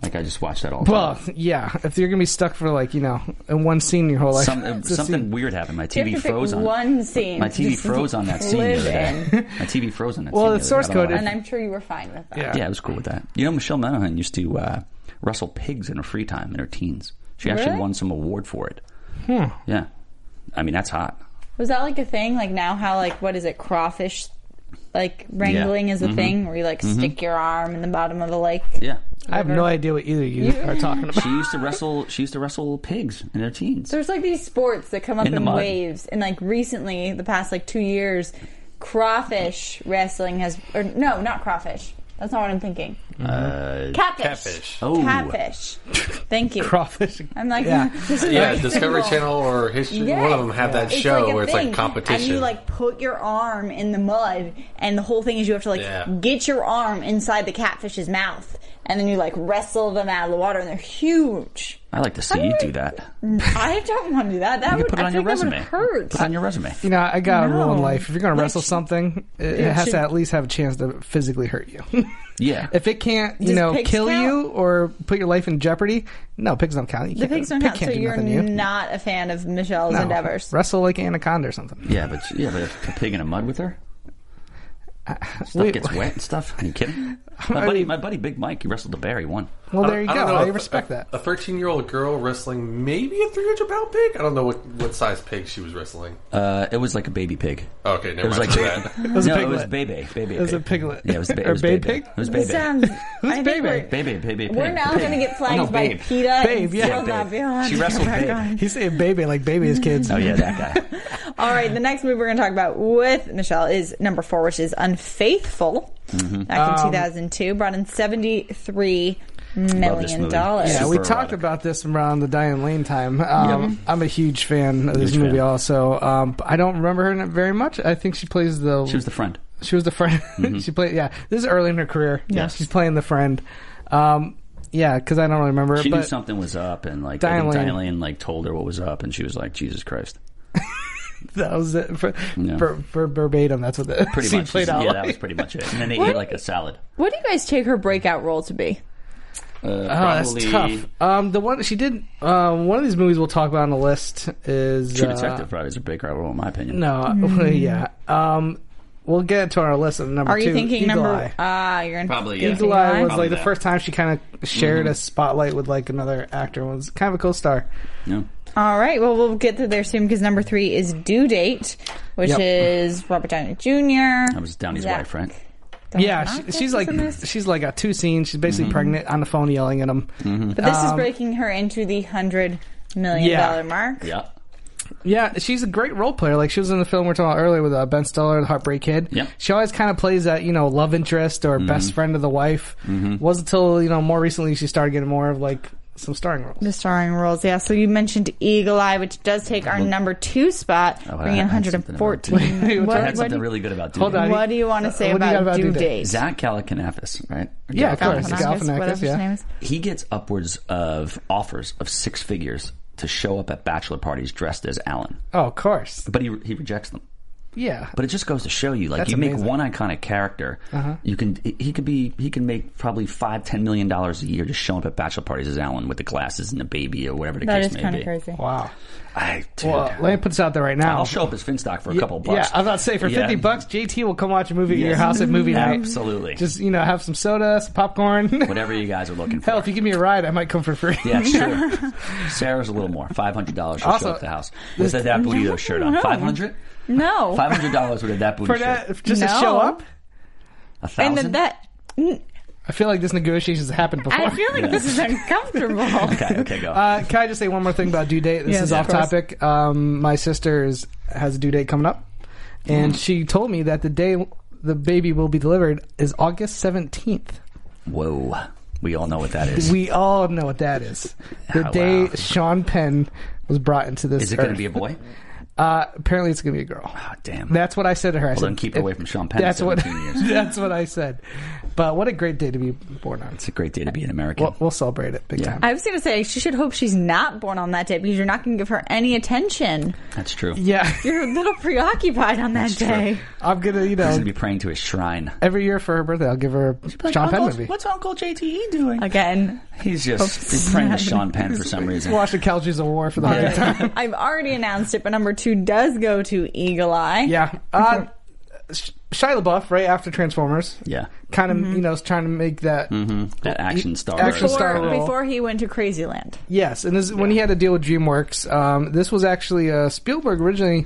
Like, I just watch that all the
Well,
time.
yeah. If you're gonna be stuck for like you know in one scene your whole life,
Some,
it's a
something
scene.
weird happened. My
You have
TV
to pick
froze on
one scene
My
to
TV
just
froze on that scene the
live
other day. My TV froze on that.
Well,
scene the
it's
other
source
day. I don't know
code.
why.
and I'm sure you were fine with that.
Yeah.
Yeah, it was cool with that. You know, Michelle Monaghan used to uh, wrestle pigs in her free time in her teens. She actually
Really?
won some award for it.
Hmm.
Yeah, I mean that's hot.
Was that like a thing? Like now, how like what is it? Crawfish, like wrangling is a
Mhm.
thing where you like
Mhm.
stick your arm in the bottom of the lake.
Yeah,
I have no idea what either of you
You-
are talking about.
she used to wrestle. She used to wrestle pigs in her teens.
There's like these sports that come up in,
In the mud.
waves, and like recently, the past like two years, crawfish wrestling has or no, not crawfish. That's not what I'm thinking.
Uh,
Catfish.
Catfish.
Oh.
Catfish. Thank you.
Crawfish.
I'm like,
Yeah.
this is
Yeah,
like
Discovery
single.
Channel or History.
Yes.
One of them have that
It's
show
like a
where it's like
thing,
competition.
And you like put your arm in the mud, and the whole thing is you have to like
Yeah.
get your arm inside the catfish's mouth, and then you like wrestle them out of the water, and they're huge. Mm,
I like to see you do that.
I don't want to do that. That
you
would
put it
I
on your
think that would
resume.
hurt.
Put it on your resume.
You know, I got a rule in
No.
life. If you're gonna wrestle something, it, it
it
has
should-
to at least have a chance to physically hurt you.
Yeah.
If it can't, you
Does
know,
pigs
kill
count?
you or put your life in jeopardy, no, pigs don't count. You
the
can't-
pigs don't
pig
count, so
can't do
you're
nothing to you.
not a fan of Michelle's
No.
endeavors.
Wrestle like anaconda or something.
Yeah, but yeah, but if a pig in a mud with her.
Uh,
Stuff
wait,
gets wet and stuff. Are you kidding? My buddy, my buddy, Big Mike, he wrestled a bear. He won.
Well,
I
there you
don't- I don't
go.
know
I
if-
respect that.
A 13 year old girl wrestling maybe a 300 pound pig? I don't know what, what size pig she was wrestling.
Uh, it was like a baby pig.
Okay, never
it was
mind.
Like,
that.
It was a
no, it
piglet.
was Bebe. Bebe.
It was a piglet.
Yeah, it was, ba- it
Or
was
babe
Bebe.
pig?
It was
This
Bebe.
sounds. I think
baby?
we're,
Baby, baby,
we're
pig,
now
pig.
going to get flagged
Oh, no,
by
babe.
PETA.
Babe,
and
yeah,
still
babe.
not be allowed
She
to
wrestled
come back
babe.
on.
He's saying baby like baby is kids.
Oh yeah, that guy.
All right, the next movie we're going to talk about with Michelle is number four, which is Unfaithful. Back in
Um,
2002, brought in 73 million
movie.
dollars.
Yeah,
Super
we talked
erotic.
about this around the Diane Lane time. Um, I'm a huge fan of this
Huge
movie.
fan.
Also, um, but I don't remember her in it very much. I think she plays the
She was the friend.
She was the friend.
Mm-hmm.
she played. Yeah, this is early in her career. Yeah,
Yes.
she's playing the friend. Um, yeah, because I don't remember.
She
but
knew something was up, and like
Diane
I think
Lane.
Diane Lane like told her what was up, and she was like, "Jesus Christ."
That was it for,
Yeah.
for, for verbatim. That's what the
Pretty
scene
much.
played out.
yeah,
like.
that was pretty much it. And then they
What?
ate like a salad.
What do you guys take her breakout role to be?
Uh,
Oh,
probably
that's tough. Um, the one she did. Um, one of these movies we'll talk about on the list is
True
uh,
Detective probably is a big role in my opinion.
No,
Mm.
yeah. Um, we'll get to our list of number
Are
two.
you thinking
Eagle
number?
Eye.
Ah, you're in
Probably,
Eagle Eye was
Probably Mm-hmm.
like the
that.
first time she kind of shared a
Mhm.
spotlight with like another actor. It was kind of a co-star.
No.
All right. Well, we'll get to there soon because number three is due date, which
Yep.
is Robert Downey Jr.
That was Downey's
Zach
wife, right?
yeah, she, she's like she's like got two scenes. She's basically
Mm-hmm.
Mhm.
pregnant on the phone, yelling at him.
But this is breaking her into the hundred million
Um, Yeah.
dollar mark.
Yeah.
Yeah, she's a great role player. Like she was in the film we are talking about earlier with uh, Ben Stiller, The Heartbreak Kid.
Yep.
She always kind of plays that you know love interest or best
Mhm.
friend of the wife.
Mhm.
Wasn't until you know more recently she started getting more of like some starring roles.
The starring roles, yeah. So you mentioned Eagle Eye, which does take our
Well-
number two spot,
Oh, I- I
bringing
had something about Due
114.
Date.
What-
I had
what do
something
you-
really good about due
Hold
date.
on. What do you wanna say What do you about got about due due date? date?
Zach Galifianakis, right? Or
Yeah, of
Galifianakis.
course, Galifianakis,
whatever his
yeah.
name is.
He gets upwards of offers of six figures to show up at bachelor parties dressed as Alan,
Oh, of course.
but he he rejects them.
Yeah.
But it just goes to show you, like
That's
you make
amazing.
one iconic character,
Uh-huh.
you can he- he could be he can make probably five ten million dollars a year just showing up at bachelor parties as Alan with the glasses and the baby or whatever the
That
case
is
may
kinda
be.
crazy. Wow.
I dude,
Well, let me put this out there right now.
I'll show up as Finstock for a
Yeah,
couple bucks.
Yeah, I was about to say for
Yeah.
fifty bucks, JT will come watch a movie at your
Yes.
house at movie night.
Absolutely.
Just you know, have some soda, some popcorn.
whatever you guys are looking for.
Hell, if you give me a ride, I might come for free.
Yeah, sure. Sarah's a little more. Five hundred dollars will
Also-
show up at the house with that, that burrito shirt on.
No.
Five hundred.
No.
Five hundred dollars with a that booty
For
shirt.
that, just to show
No.
up.
A
And
thousand.
then that.
I feel like this negotiation has happened before.
I feel like this is uncomfortable.
okay, okay, go.
Uh, can I just say one more thing about due date? This
Yes,
is
of
off
course.
topic. Um, my sister is, has a due date coming up, and
Mm-hmm.
Mhm.
she told me that the day the baby will be delivered is August seventeenth.
Whoa, we all know what that is.
We all know what that is. The
Ah, Wow.
day Sean Penn was brought into this.
Is it going
earth.
to be a boy? Ah,
Uh, apparently, it's going to be a girl. Oh,
damn.
That's what I said to her. I
Well,
said,
then keep her
if-
away from Sean Penn at
That's what.
17 years.
that's what I said. But what a great day to be born on.
It's a great day to be an American.
We'll, we'll celebrate it big
Yeah.
time.
I was going to say, she should hope she's not born on that day because you're not going to give her any attention.
That's true.
Yeah.
You're a little preoccupied on that day.
I'm gonna, you
He's going
know,
to be praying to his shrine.
every year for her birthday, I'll give her a Sean Penn movie.
What's Uncle JTE doing?
Again.
He's
oh,
just he's praying to Sean Penn for some
Just
reason.
watch the Calgies of War for the hundredth time.
I've already announced it, but number two does go to Eagle Eye.
Yeah. Uh, Sh- Shia LaBeouf, right after Transformers,
Yeah.
kind of, you know, is trying to make that.
hmm That action star.
Action
Right.
star role.
Before he went to Crazyland.
Yes, and this, when he had to deal with DreamWorks, um, this was actually uh, Spielberg originally.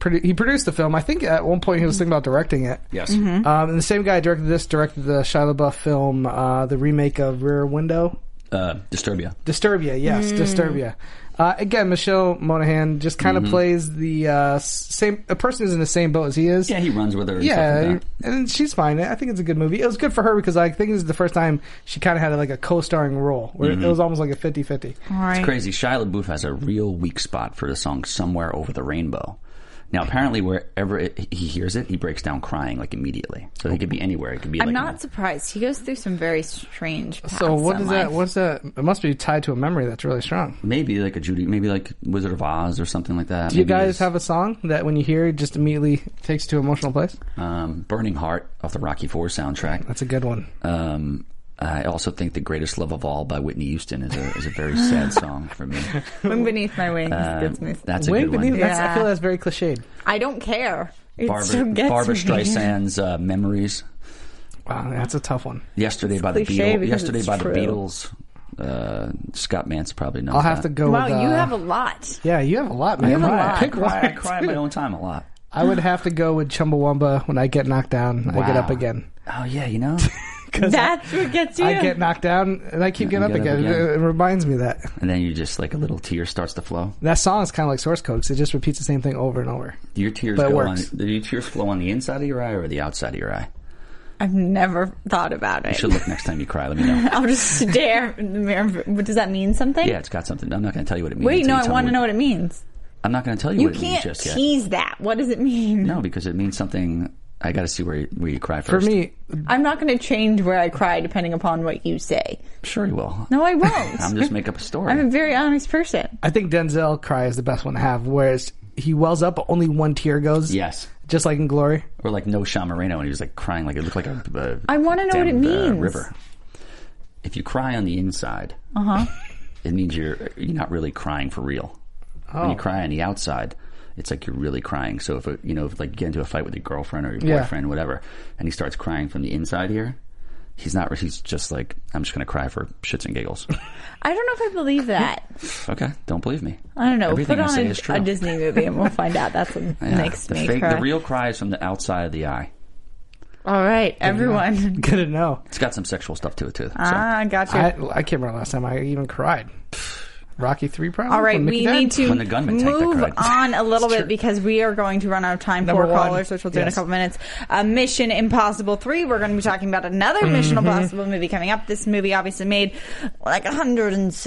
Produ- he produced the film. I think at one point he was thinking about directing it.
Yes. Mhm.
Um, and the same guy directed this. Directed the Shia LaBeouf film, uh, the remake of Rear Window.
Uh, Disturbia.
Disturbia, yes,
Mm.
Disturbia. Uh, again, Michelle Monaghan just kind of
Mhm.
plays the uh, s- same a person who's in the same boat as he is.
Yeah, he runs with her. And stuff
Yeah,
like
and she's fine. I think it's a good movie. It was good for her because I think this is the first time she kind of had like a co-starring role where
Mhm.
it was almost like a 50-50.
All right.
that. It's crazy. Shia LaBeouf has a real weak spot for the song "Somewhere Over the Rainbow." Now, apparently, wherever it, he hears it, he breaks down crying like immediately. So he could be anywhere. It could be
I'm
like
not surprised. He goes through some very strange paths.
So what
in
is that?
life.
What's that? It must be tied to a memory that's really strong.
maybe like a Judy, maybe like Wizard of Oz or something like that.
Do you
Maybe
guys
it's,
have a song that when you hear it just immediately takes you to an emotional place?
um, "Burning Heart" off the Rocky Four soundtrack?
That's a good one.
Um, I also think "The Greatest Love of All" by Whitney Houston is a is a very sad song for me.
Wing beneath my wings
Uh,
gets me.
that's a Wing good one. beneath-
that's- I feel
that's
very cliched.
I don't care. It still
Barbara,
gets
Barbara
me.
Streisand's uh, "Memories."
Wow, that's a tough one.
Yesterday by the
cliche
Beatles.
because
Yesterday
it's
by
true.
the Beatles. Uh, Scott Mance probably knows.
I'll have
that.
to go.
Wow,
with,
you
uh,
have a lot.
yeah, you have a lot,
I
man.
cry. I
Pick
cry. I
one.
cry in my own time a lot.
I would have to go with Chumbawamba. When I get knocked down, I get
Wow.
up again.
Oh yeah, you know.
That's what gets you.
I get knocked down and I keep getting
you
up
get up
again.
again.
It, it reminds me of that
and then you just like a little tear starts to flow.
that song is kind of like source code because it just repeats the same thing over and over.
Do your tears
But it
go
works.
on? Do your tears flow on the inside of your eye or the outside of your eye?
I've never thought about
You
it.
should look next time you cry. Let me know.
I'll just stare in the mirror. But Does that mean something?
Yeah, it's got something. I'm not going to tell you what it means.
Wait,
until
no,
you
I
tell me
want to know what it means.
I'm not going to tell you,
You
what it means
can't
just yet.
tease that. What does it mean?
No, because it means something. I got to see where you, where you cry
For
first.
me,
I'm not going to change where I cry depending upon what you say.
sure you will.
No, I won't.
I'm just make up a story.
I'm a very honest person.
I think Denzel cry is the best one to have, whereas he wells up but only one tear goes.
yes,
just like in Glory.
or like no Sean Moreno, and he was like crying, like it looked like a. a
I want to know what it
damned, uh,
means.
river. if you cry on the inside,
Uh huh.
it means you're you're not really crying for real. When
Oh.
you cry on the outside, it's like you're really crying. So if it, you know, if like you get into a fight with your girlfriend or your
Yeah.
boyfriend, whatever, and he starts crying from the inside here, he's not. He's just like, I'm just gonna cry for shits and giggles.
I don't know if I believe that.
okay, don't believe me.
I don't know.
Everything
Put
I
on
say
a,
is true.
a Disney movie and we'll find out. That's what
Yeah,
makes
the
me
fake-
cry.
The real cry is from the outside of the eye.
All right, everyone.
Good to know.
It's got some sexual stuff to it too.
Ah, I got you.
I, I can't remember last time I even cried. Rocky three, probably.
All right,
when
we
Mickey died?
need to move on a little bit because we are going to run out of time
Number
for
one.
callers, which we'll do in a
Yes.
couple minutes. Uh, Mission Impossible 3. We're going to be talking about another Mission
Mhm.
Mm-hmm.
Impossible movie coming up. This movie obviously made like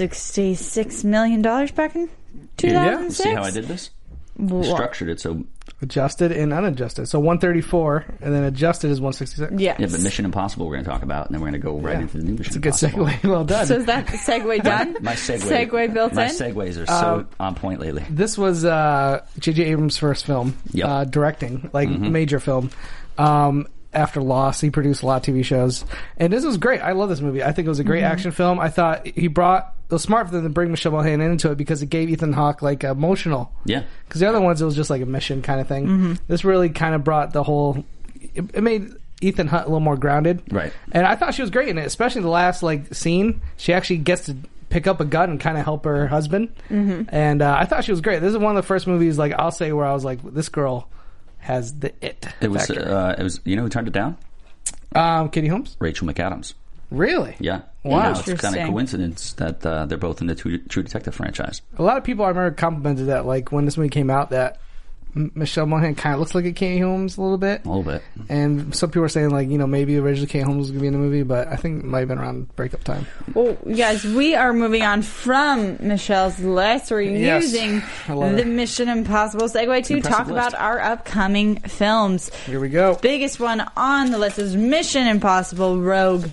$166 million back in 2006.
See how I did this?
Well-
Structured it so.
adjusted and unadjusted. So 134, and then adjusted is 166.
Yes.
Yeah, but Mission Impossible we're going to talk about, and then we're going to go right
Yeah.
into the new Mission
It's a good
Impossible.
segue. Well done.
So is that segue done?
My segue,
Segue built
my
in?
segues are so
Um,
on point lately.
this was uh, J.J. Abrams' first film, uh, directing, like
Mhm.
major film. Um, after Lost, he produced a lot of TV shows, and this was great. I love this movie. I think it was a great
Mhm.
action film. I thought he brought it was smart for them to bring Michelle Mulholland into it because it gave Ethan Hawke like emotional.
Yeah.
Because the other ones, it was just like a mission kind of thing.
Mhm.
This really kind of brought the whole. It, it made Ethan Hunt a little more grounded.
Right.
And I thought she was great in it, especially the last like scene. She actually gets to pick up a gun and kind of help her husband.
Mhm.
And uh, I thought she was great. This is one of the first movies like I'll say where I was like, this girl has the it.
It was,
factor.
uh, it was. You know who turned it down?
um, Katie Holmes.
Rachel McAdams.
Really?
Yeah.
Wow.
You know, it's kind of
Interesting.
coincidence that uh, they're both in the True, True Detective franchise.
A lot of people I remember complimented that like when this movie came out that M- Michelle Monaghan kind of looks like a Katie Holmes a little bit.
A little bit.
And some people were saying like, you know, maybe originally Kate Holmes was gonna be in the movie, but I think it might have been around breakup time.
Well, guys, Oh, we are moving on from Michelle's list. We're
Yes.
using
I love
the
it.
Mission Impossible segue to
Impressive
talk
list.
about our upcoming films.
Here we go.
Biggest one on the list is Mission Impossible Rogue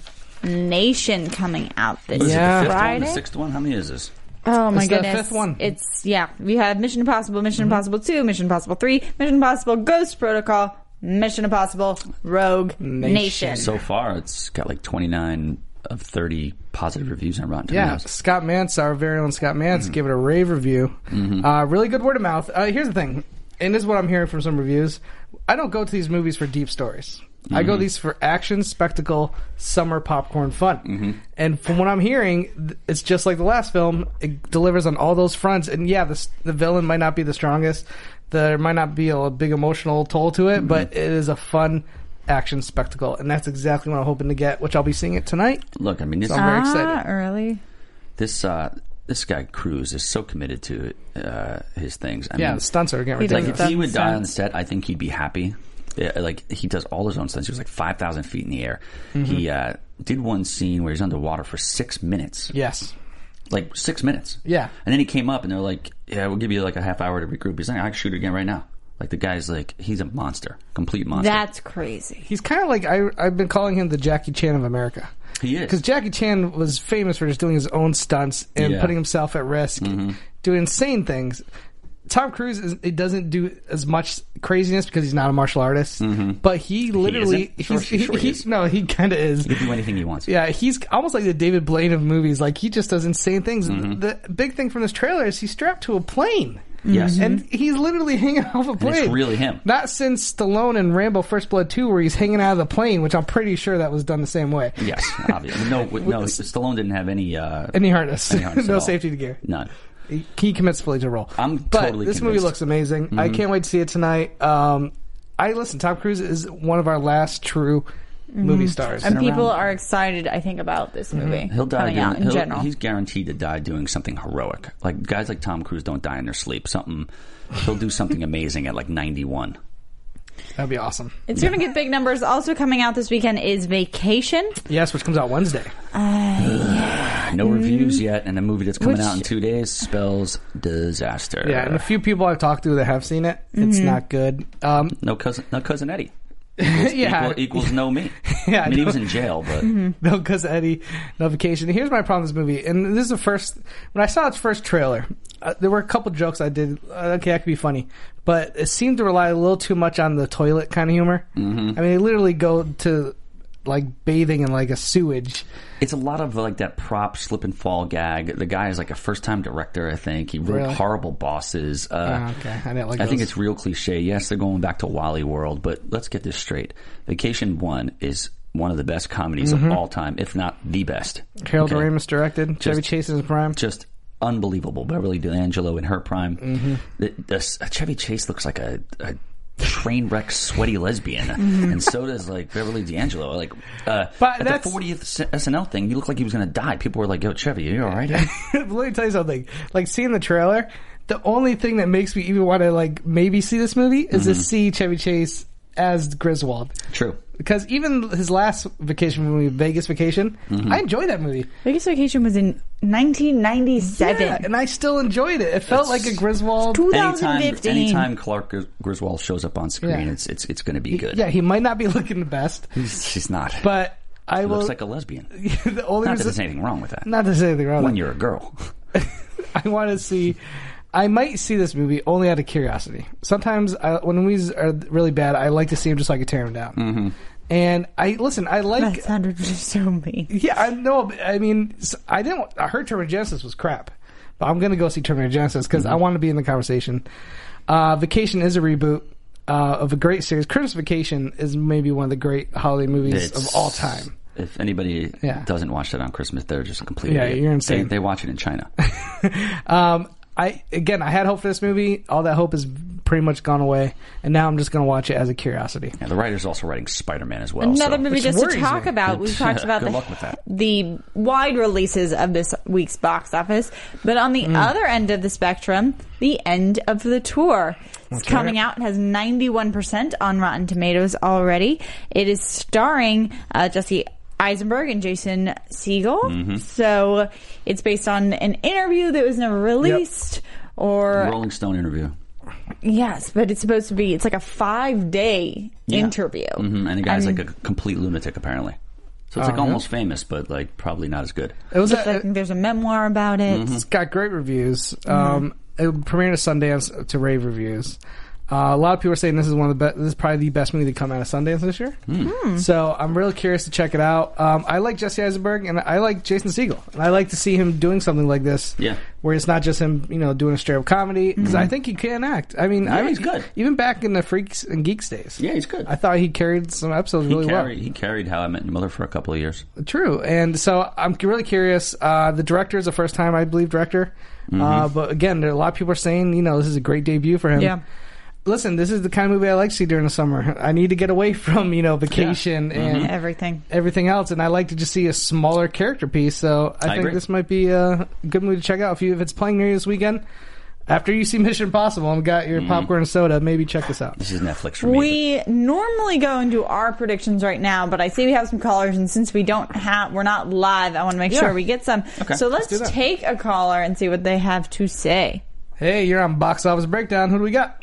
Nation coming out this
What is it, the fifth one,
Friday.
the sixth one. How many is this?
Oh my
It's the
goodness!
fifth one. Mm-hmm.
It's yeah. We have Mission Impossible, Mission Impossible Two, Mission Impossible Three, Mission Impossible Ghost Protocol, Mission Impossible Rogue Nation.
So far, it's got like twenty nine of thirty positive reviews on Rotten
Yeah,
Tomatoes.
Scott Mance, our very own Scott Mance, gave it a rave review.
Mhm.
Uh, really good word of mouth. Uh, here's the thing, and this is what I'm hearing from some reviews. I don't go to these movies for deep stories. I go
Mhm.
these for action, spectacle, summer popcorn fun. And from what I'm hearing, th- it's just like the last film. It delivers on all those fronts. And yeah, the, s- the villain might not be the strongest. There might not be a big emotional toll to it, but it is a fun action spectacle. And that's exactly what I'm hoping to get, which I'll be seeing it tonight.
Look, I mean, this,
So I'm very excited.
early.
this uh, this guy Cruz is so committed to uh, his things. I
yeah,
mean,
the stunts are getting
like
ridiculous.
if he would die on the set, I think he'd be happy. Yeah, like he does all his own stunts. He was like five thousand feet in the air.
Mhm.
He uh, did one scene where he's underwater for six minutes.
Yes.
Like six minutes.
Yeah.
And then he came up and they're like, "Yeah, we'll give you like a half hour to regroup." He's like, "I can shoot it again right now." Like the guy's like, he's a monster, complete monster.
That's crazy.
He's kind of like I, I've been calling him the Jackie Chan of America.
He is.
Because Jackie Chan was famous for just doing his own stunts and
Yeah. Mm-hmm.
putting himself at risk, doing insane things. Tom Cruise is, it doesn't do as much craziness because he's not a martial artist, but he literally
Mm-hmm. isn't? Sure,
he's-
he- sure he
he-
is.
no he kind of is.
He can do anything he wants.
Yeah, he's almost like the David Blaine of movies. Like he just does insane things.
Mhm.
The big thing from this trailer is he's strapped to a plane.
Yes.
and he's literally hanging off a
Mm-hmm. And
plane.
it's really him.
Not since Stallone and Rambo First Blood 2 where he's hanging out of the plane, which I'm pretty sure that was done the same way.
Yes, obviously. No, no. Stallone didn't have any uh,
Any harness.
Any harness
no
at all.
safety gear.
None.
He, he commits fully to role.
I'm
But
totally.
this movie
convinced.
looks amazing. I
Mhm.
can't wait to see it tonight. Um, I listen, Tom Cruise is one of our last true movie
Mhm.
stars.
and people are excited. I think about this movie.
Mm-hmm. He'll die
coming
doing,
out in
he'll-
general.
He's guaranteed to die doing something heroic. Like guys like Tom Cruise don't die in their sleep. Something he'll do something amazing at like ninety one.
That'd be awesome.
It's going to get big numbers. Also coming out this weekend is Vacation.
Yes, which comes out Wednesday.
No reviews yet, and a movie that's coming
Mm-hmm. Which-
out in two days spells disaster.
Yeah, and a few people I've talked to that have seen it, it's
Mhm.
not good. Um,
no cousin, no cousin Eddie.
yeah,
Equal, equals no me.
Yeah, Mm-hmm.
I mean, he
no.
was in jail, but
no, because Eddie, no vacation. Here's my problem with this movie, and this is the first when I saw its first trailer. Uh, there were a couple jokes I did. Uh, okay, that could be funny,
Mm-hmm.
but it seemed to rely a little too much on the toilet kind of humor. I mean, they literally go to like bathing in like a sewage.
It's a lot of like that prop slip and fall gag. The guy is like a first time director, I think. He wrote
Really?
horrible bosses. Uh,
Oh, okay. I didn't like
I think
those.
it's real cliche. Yes, they're going back to Wally World, but let's get this straight. Vacation One is one of the best comedies
Mhm.
of all time, if not the best.
Harold
Okay?
Ramis directed. Chevy Chase in his prime.
Just unbelievable. Beverly D'Angelo in her prime.
Mhm.
The, the- uh, Chevy Chase looks like a, a train wreck, sweaty lesbian,
Mhm.
and so does like Beverly D'Angelo. Like, uh,
But
at
that's-
the 40th S- SNL thing, you look like he was going to die. People were like, "Yo, Chevy, are you all right?"
Let me tell you something. Like seeing the trailer, the only thing that makes me even want to like maybe see this movie is to
Mhm.
see Chevy Chase as Griswold.
True.
Because even his last vacation movie, Vegas Vacation,
Mhm.
I enjoyed that movie.
Vegas Vacation was in 1997.
Yeah, and I still enjoyed it. It felt like a Griswold.
Anytime, anytime Clark Gris- Griswold shows up on screen,
Yeah.
it's it's it's going to be good.
Yeah, he might not be looking the best,
He's, she's not.
but I
She
will.
looks like a lesbian.
the only
Not
reason-
that there's anything wrong with that.
Not that there's anything wrong.
When you're a girl,
I want to see. I might see this movie only out of curiosity. Sometimes I, when movies are really bad, I like to see them just so I can tear them down.
mm-hmm.
And I listen. I like
that sounded so mean.
Yeah, I know. but I mean, s- I didn't. I heard Terminator Genesis was crap, but I'm gonna go see Terminator Genesis because I want to be in the conversation. Uh, Vacation is a reboot uh, of a great series. Christmas Vacation is maybe one of the great holiday movies
It's-
of all time.
if anybody
Yeah.
doesn't watch that on Christmas, they're just a complete.
Yeah,
idiot.
you're insane.
They, they watch it in China.
Um, I again, I had hope for this movie. All that hope is pretty much gone away, and now I'm just gonna watch it as a curiosity.
Yeah, the writer's also writing Spider Man as well.
Another
so-
movie just to talk about. We talked about
Good
the,
luck with that.
the wide releases of this week's box office, but on the
Hmm.
other end of the spectrum, the end of the tour. It's
That's
coming
right.
out. It has 91% on Rotten Tomatoes already. It is starring uh, Jesse Eisenberg and Jason Segel.
Mm-hmm.
Mhm.
So it's based on an interview that was never released. Or
Rolling Stone interview.
yes, but it's supposed to be. It's like a five day interview.
Mm-hmm.
hmm And the guy's
And-
like a complete lunatic, apparently. So it's
Oh,
like
yeah?
almost famous, but like probably not as good.
It was
I think there's a memoir about it.
It's
Mm-hmm.
got great reviews. Um, it premiered at Sundance to rave reviews. Uh, a lot of people are saying this is one of the best. This is probably the best movie to come out of Sundance this year.
Hmm.
So I'm really curious to check it out. Um, I like Jesse Eisenberg and I like Jason Segel, and I like to see him doing something like this.
Yeah.
where it's not just him, you know, doing a straight up comedy. Because I think he can act. I mean,
Yeah,
I,
he's good.
Even back in the Freaks and Geeks days.
Yeah, he's good.
I thought he carried some episodes really
he,
well.
carried, he carried How I Met Your Mother for a couple of years.
True, and so I'm really curious. Uh, the director is a first time, I believe, director. Uh,
Mhm.
but again, there are a lot of people are saying, you know, this is a great debut for him.
Yeah.
Listen, this is the kind of movie I like to see during the summer. I need to get away from you know vacation and
Mhm. Everything.
everything else, and I like to just see a smaller character piece. So I,
I
think
agree.
this might be a good movie to check out if you if it's playing near you this weekend. After you see Mission Impossible and got your
Mhm.
popcorn and soda, maybe check this out.
This is Netflix for me.
We normally go into our predictions right now, but I see we have some callers, and since we don't have, we're not live. I want to make
Yeah.
sure we get some.
Okay,
So let's,
let's do that.
take a caller and see what they have to say.
Hey, you're on Box Office Breakdown. Who do we got?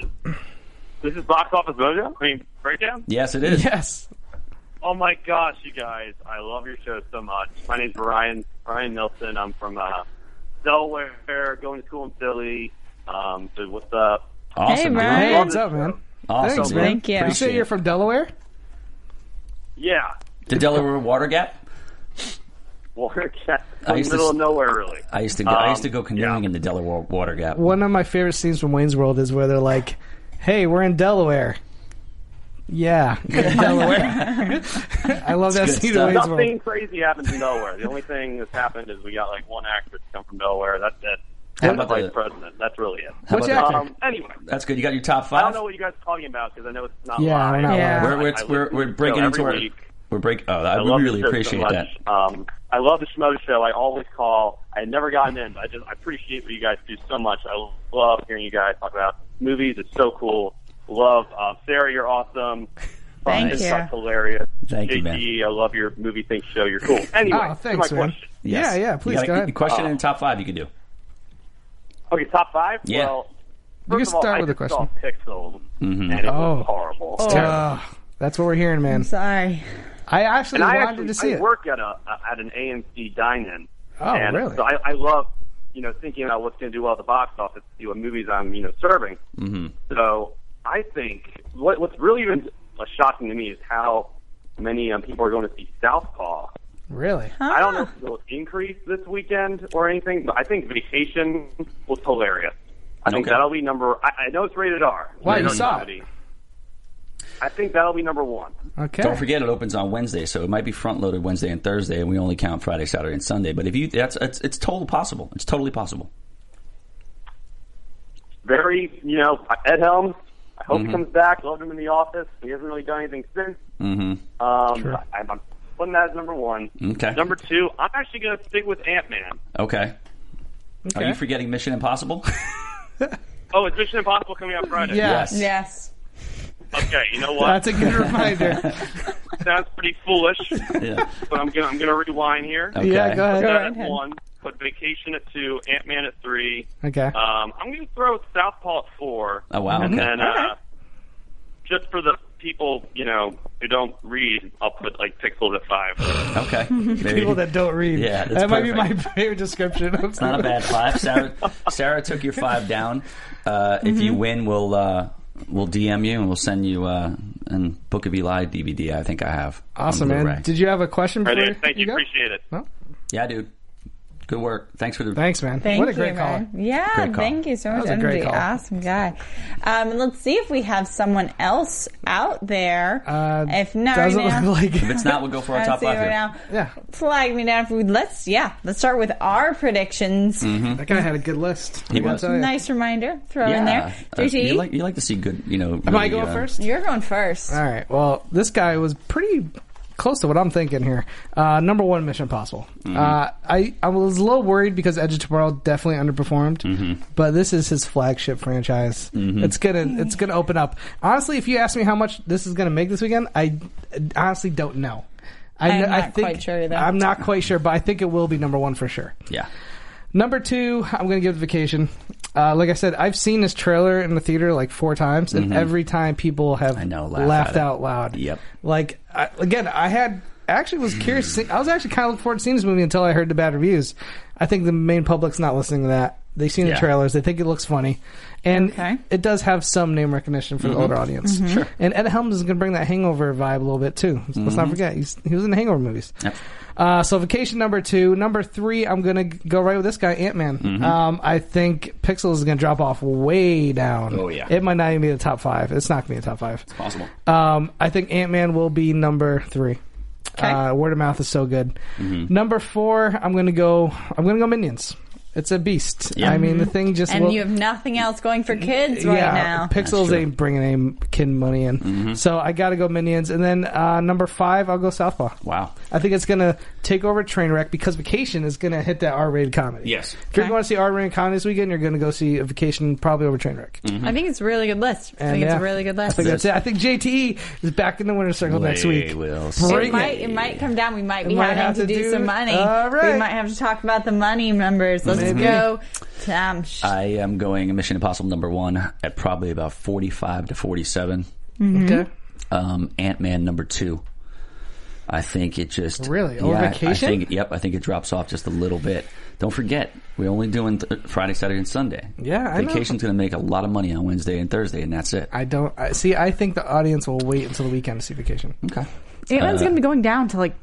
This is box office mojo. I mean breakdown.
Yes, it
is. Yes.
Oh my gosh, you guys! I love your show so much. My name's Ryan Ryan Nelson. I'm from uh, Delaware, going to school in Philly. Um, so what's up?
Hey,
Awesome, dude.
Brian.
Love
what's
this
up, man?
Awesome,
Thanks,
man.
man.
Thank you.
You say
Appreciate
you're
it.
from Delaware?
Yeah,
The Delaware Water Gap.
Water Cat.
I
From
used to
middle
s-
of nowhere, really. Um,
I used to go, I used to go canoeing in the Delaware Water Gap.
One of my favorite scenes from Wayne's World is where they're like, "Hey, we're in Delaware." Yeah, you're in Delaware. I love that scene in Wayne's
Nothing
World.
crazy happens in Delaware. The only thing that's happened is we got like one actor to come from Delaware. That's it.
How
And the
about
vice
the-
president. That's really it.
How What's about the-
um, anyway,
That's good. You got your top
I don't
five.
know what you guys are talking about because I know it's not
Yeah,
live.
we're not Yeah. live. We're- we're-
I- I
we're-
listen
we're
to the
breaking
show
into
every
our-
week.
We're break. Oh, I,
I love the show
really
so
appreciate
much.
that.
Um, I love the Schmo Show. I always call. I never gotten in, but I just I appreciate what you guys do so much. I love hearing you guys talk about movies. It's so cool. Love uh, Sarah. You're awesome.
Thank
It's
you.
hilarious.
Thank you, man.
JT, I love your movie thing show. You're cool. Anyway,
Oh,
to
thanks,
my
man.
question. Uh,
Yes.
Yeah, yeah,
You
please,
got a
go ahead.
Question in top five you could do.
Okay, top five.
Yeah.
Well,
You can
first of all,
start
I
with a
just saw Pixels,
Mhm.
and it
Oh.
was horrible.
It's terrible. that's what we're hearing, man.
sorry.
I actually
and I
wanted
actually,
to see
I
it.
work at a at an AMC dine-in.
Oh,
and
really?
So I, I love you know thinking about what's going to do well at the box office, see what movies I'm you know serving.
Mm-hmm.
So I think what what's really even shocking to me is how
many um, people are going to see Southpaw.
Really?
I don't know if it'll increase this weekend or anything, but I think Vacation was hilarious. I think
Okay.
that'll be number. I, I know it's rated R.
Why,
Rated
you
R
saw it?
comedy. I think that'll be number one.
Okay.
Don't forget it opens on Wednesday, so it might be front loaded Wednesday and Thursday, and we only count Friday, Saturday, and Sunday. But if you, that's it's, it's totally possible. It's totally possible.
Very, you know, Ed Helms. I hope
Mhm.
he comes back. Loved him in the office. He hasn't really done anything since.
Mm-hmm.
Um,
Sure.
I'm, I'm putting that as number one.
Okay.
Number two, I'm actually going to stick with Ant Man.
Okay. Are Oh, you forgetting Mission Impossible?
Oh, is Mission Impossible coming out Friday?
Yes.
Yes.
Okay, you know what?
That's a good reminder.
Sounds pretty foolish,
yeah.
but I'm gonna I'm gonna rewind here.
Okay. Yeah, go ahead.
Put
Go
that
right
at
ahead.
one. Put Vacation at two. Ant Man at three.
Okay.
Um, I'm gonna throw Southpaw at four.
Oh, wow,
And
okay.
then, uh, just for the people you know who don't read, I'll put like Pixels at five.
Okay.
People that don't read.
Yeah, that's
that might be my
perfect.
favorite description. Of
It's not a bad five. Sarah, Sarah took your five down. Uh, If you
Mhm.
win, we'll uh, we'll DM you and we'll send you uh, an Book of Eli DVD. I think I have. on
Awesome, man.
Blu-ray.
Did you have a question for
Thank you.
go?
Appreciate it.
Yeah, dude. Good work. Thanks for the.
Thanks, man.
Thank
what a
you,
great
man.
call.
Yeah,
Great call.
thank you so
That
much,
was a great
energy.
call.
Awesome guy. Um, and let's see if we have someone else out there. Uh, if not, right
doesn't
now,
look like it. If it's not, we'll go for our
Let's
top
see
five
right
here.
now. Flag me down. If we, let's yeah, let's start with our predictions.
Mhm.
That guy had a good list.
He was.
Nice reminder. Throw in there.
Yeah. Uh,
JT,
you like you like to see good. You know.
Am I
really,
going
uh,
first?
You're going first.
All right. Well, this guy was pretty close to what I'm thinking here. Uh, number one, Mission Impossible.
Mhm.
Uh, I I was a little worried because Edge of Tomorrow definitely underperformed,
Mm-hmm.
but this is his flagship franchise.
Mhm.
It's gonna it's gonna open up. Honestly, if you ask me how much this is gonna make this weekend, I honestly don't know.
I'm
kn-
not
think,
quite sure either.
I'm not quite sure, but I think it will be number one for sure.
Yeah.
Number two, I'm going to give Vacation. Uh, like I said, I've seen this trailer in the theater like four times, and
Mhm.
every time people have
laugh
laughed
at it.
out loud.
Yep.
Like I, again, I had actually was curious. to see- I was actually kind of looking forward to seeing this movie until I heard the bad reviews. I think the main public's not listening to that. They've seen
Yeah.
the trailers. They think it looks funny, and it does have some name recognition for
Mhm.
the older audience.
Mm-hmm.
Mhm. Sure.
And Ed Helms is going to bring that Hangover vibe a little bit too. Let's not
Mhm.
forget he's, he was in the Hangover movies.
Yep.
Uh, so vacation number two, number three. I'm gonna g- go right with this guy, Ant Man.
Mhm.
Um, I think Pixels is gonna drop off way down.
Oh, yeah.
it might not even be the top five. It's not gonna be the top five. It's
possible.
Um, I think Ant Man will be number three. Uh, word of mouth is so good.
Mhm.
Number four, I'm gonna go. I'm gonna go Minions. It's a beast. I mean, the thing just
Mm-hmm. and
will-
you have nothing else going for kids right now.
Pixels ain't bringing any kid money in.
Mm-hmm.
So I got to go Minions. And then uh, number five, I'll go Southpaw.
Wow.
I think it's going to take over Trainwreck because Vacation is going to hit that R rated comedy.
Yes.
If you want to see R rated comedy this weekend, you're going to go see a Vacation probably over Trainwreck.
Mm-hmm.
I think it's a really good list. I
And
think it's
yeah,
a really good
I
list.
think that's it. I think JTE is back in the winner's circle next
They
week.
will
Bring
it might it. might come down. We might
We
be
might
having
have
to,
to
do,
do-
some money.
All right.
We might have to talk about the money numbers. Let's
Maybe.
go. Um, Tom.
Uh,
Sh-
I am going Mission Impossible number one at probably about forty-five to forty-seven.
Mhm.
Okay.
Um, Ant Man number two. I think it just
Really? Over
I-
vacation?
I think yep. I think it drops off just a little bit. Don't forget, we're only doing th- Friday, Saturday, and Sunday.
Yeah, I know.
vacation's going to make a lot of money on Wednesday and Thursday, and that's it.
I don't I, see. I think the audience will wait until the weekend to see Vacation.
Okay.
Ant-Man's
Uh,
gonna be going down to like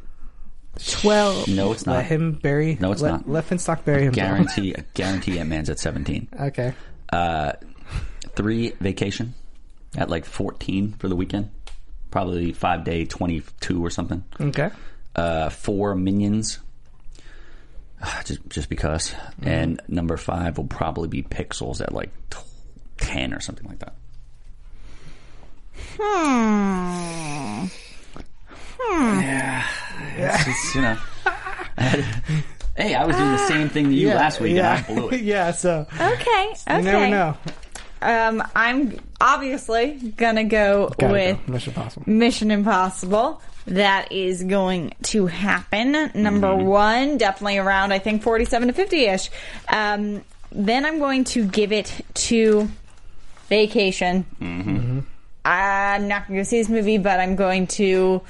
twelve.
No, it's not.
Let him bury.
Uh, No, it's
let,
not.
Let Finstock bury himself.
Guarantee, guarantee, Ant Man's at seventeen.
Okay.
Uh, three vacation at like fourteen for the weekend, probably five day twenty two or something.
Okay.
Uh, four minions, just just because.
Mm-hmm.
And number five will probably be Pixels at like t- ten or something like that.
Hmm. Hmm.
It's, it's, you know. hey, I was doing the same thing to you
Yeah,
last week,
yeah.
and I blew it.
yeah. So
Okay. Okay.
You never know.
Um, I'm obviously gonna go
Gotta
with
go. Mission Possible.
Mission Impossible. That is going to happen. Number one, definitely around I think forty-seven to fifty-ish. Um, then I'm going to give it to Vacation. Uh,
Mm-hmm.
I'm not going to go see this movie, but I'm going to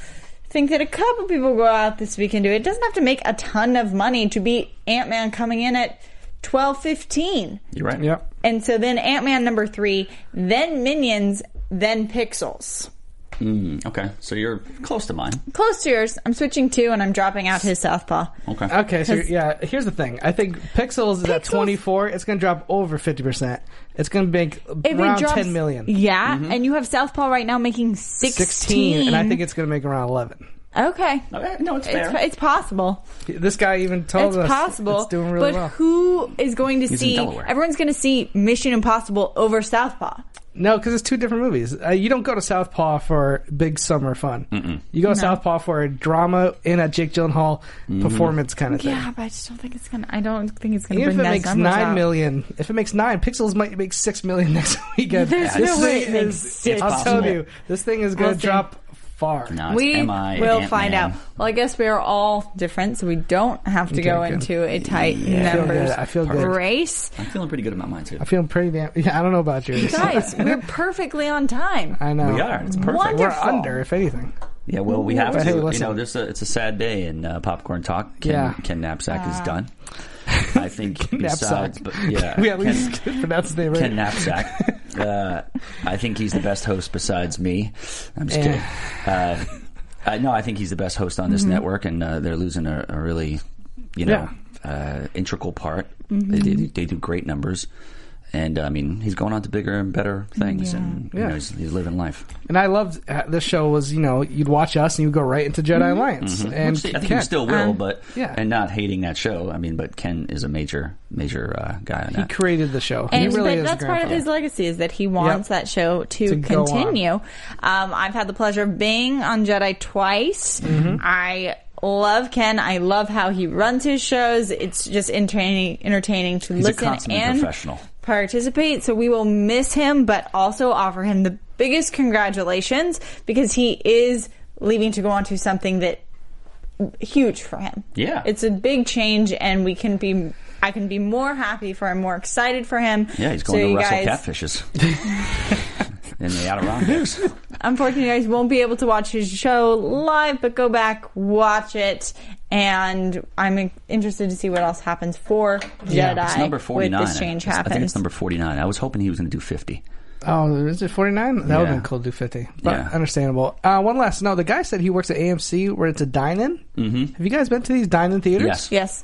think that a couple people go out this weekend to it. It doesn't have to make a ton of money to beat Ant Man coming in at twelve fifteen.
You're right.
Yep.
And so then Ant Man number three, then Minions, then Pixels.
Mm, okay, so you're close to mine.
Close to yours. I'm switching two, and I'm dropping out his southpaw.
Okay.
Okay, so yeah, here's the thing. I think Pixels is at 24. It's going to drop over 50%. It's going to make
If it
around
drops,
10 million.
Yeah, and you have southpaw right now making 16.
16, and I think it's going to make around 11.
Okay.
Okay, no, it's fair.
eh, It's, possible.
This guy even told
it's
us
possible.
it's doing really
but
well.
who is going to
He's in
see?
Delaware.
Everyone's going to see Mission Impossible over Southpaw.
No, because it's two different movies. Uh, you don't go to Southpaw for big summer fun. You go to
No.
Southpaw for a drama in a Jake Gyllenhaal
Mm-hmm.
Mhm.
performance kind of thing.
Yeah, Ah, but I just don't think it's gonna. I don't think it's gonna
Even if
bring
it
that
makes
numbers
nine
out.
million, if it makes nine, Pixels might make six million next weekend.
There's
This
no way
thing
it
is-
makes six.
I'll tell you,
Possible.
this thing is going
We'll
to
see.
drop far.
we will find out. Well, I guess we are all different, so we don't have to
Okay,
go
good.
into a tight
Yeah. I feel
numbers
good. I feel good.
race.
I'm feeling pretty good about mine too.
I feel pretty damn. Yeah, I don't know about you
Guys, we're perfectly on time.
I know
We are. It's perfect.
We're
Wonderful.
under, if anything.
Yeah, well, we have
But
to.
hey,
you
listen.
know, there's a, it's a sad day in uh, popcorn talk. Ken,
Yeah.
Ken Knapsack is
Ah.
done. I think besides,
Knapsack.
but yeah,
we at
Ken-
least pronounce his name right.
Ken Knapsack. Uh, I think he's the best host besides me. I'm just
Yeah.
kidding.
Eh.
Uh, I, no, I think he's the best host on this
Mhm.
network, and uh, they're losing a, a really, you know, uh, integral part.
Mm-hmm.
They, they, do- they do great numbers, and I mean, he's going on to bigger and better things, and you
Yeah.
know, he's, he's living life.
And I loved uh, this show was you know you'd watch us and you'd go right into
Mm-hmm.
Jedi Alliance
Mhm.
and
Which I think
Ken.
we still will, but
yeah.
and not hating that show. I mean, but Ken is a major, major uh, guy on
he
that.
created the show.
And
he really
but
is
that's
the
part of his
grandfather.
legacy is that he wants that show to,
To go on.
continue. Um, I've had the pleasure of being on Jedi twice.
Mhm.
I love Ken. I love how he runs his shows. It's just entertaining, entertaining to
He's a
listen
consummate
and
professional.
participate. So we will miss him, but also offer him the biggest congratulations because he is leaving to go on to something that huge for him.
Yeah.
It's a big change and we can be I can be more happy for him, more excited for him.
Yeah, he's
So
going
you
to wrestle
guys-
catfishes in the Adirondacks.
Unfortunately, you guys won't be able to watch his show live, but go back, watch it, and I'm interested to see what else happens for Jedi
it's number
with
forty-nine.
this change
I- I
happens.
think it's number forty-nine. I was hoping he was going to do fifty.
Oh, is it 49? That would have
Yeah.
been cool to do 50. But
Yeah.
understandable. Uh, one last note. The guy said he works at AMC where it's a dine-in.
Mm-hmm.
Have you guys been to these dine-in theaters? Uh,
Yes.
Yes.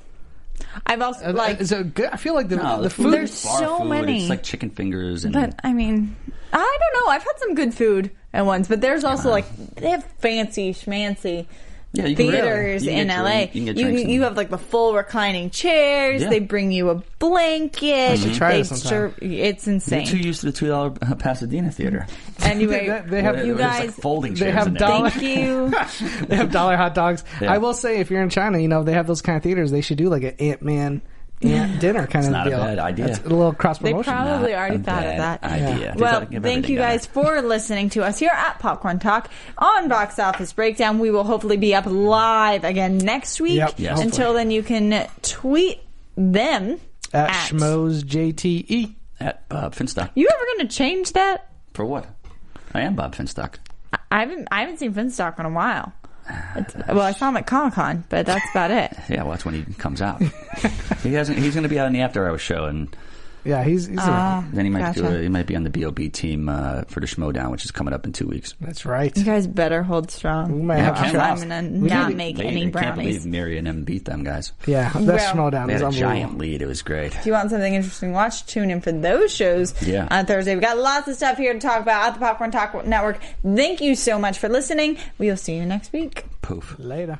I've also, like...
Is it good? I feel like the, the food...
There's so many.
It's like chicken fingers and
But I mean, I don't know. I've had some good food at once, but there's also like they have fancy schmancy
Yeah, you can really-
theaters
you can
in
get
LA.
drink- you can get
you,
drinks
you
and-
have like the full reclining chairs.
Yeah.
They bring you a blanket.
I should try
They
this sometime.
serve- It's
You're too
insane.
used to the two dollar Pasadena theater.
Anyway,
They- they have-
you
There's, like,
guys.
folding
they
chairs
have
in there.
dollar-
Thank you.
they have dollar hot dogs.
Yeah.
I will say, if you're in China, you know, they have those kind of theaters. They should do like an Ant-Man Ant dinner kind
It's
of
not a
deal.
bad idea.
That's a little
They
cross-promotion.
probably already thought of that.
idea. They
Well,
thought of
thank you
everything,
guys for listening to us here at Popcorn Talk on Box Office Breakdown. We will hopefully be up live again next week.
Yep, yes.
Until then, you can tweet them.
At, Schmoes E. JTE.
At Bob Finstock.
You ever going to change that?
For what? I am Bob Finstock.
I- I haven't I haven't seen Finstock in a while. It's- well, I saw him at Comic Con, but that's about it.
Yeah, well, that's when he comes out. he hasn't. He's going to be out in the after hours show, and
Yeah, he's... he's
Ah,
around.
then he might do.
gotcha.
A, he might be on the Bob team uh, for the Schmodown, which is coming up in two weeks.
That's right.
You guys better hold strong.
We might have
Because
to-
I'm gonna
We
not
need-
make
They-
any
I can't
brownies.
believe Mary and them beat them guys.
Yeah, that
Well-
Schmodown
They
is
had a
unbelievable.
giant lead. It was great.
If you want something interesting to watch, tune in for those shows
Yeah.
on Thursday. We've got lots of stuff here to talk about at the Popcorn Talk Network. Thank you so much for listening. We will see you next week.
Poof.
Later.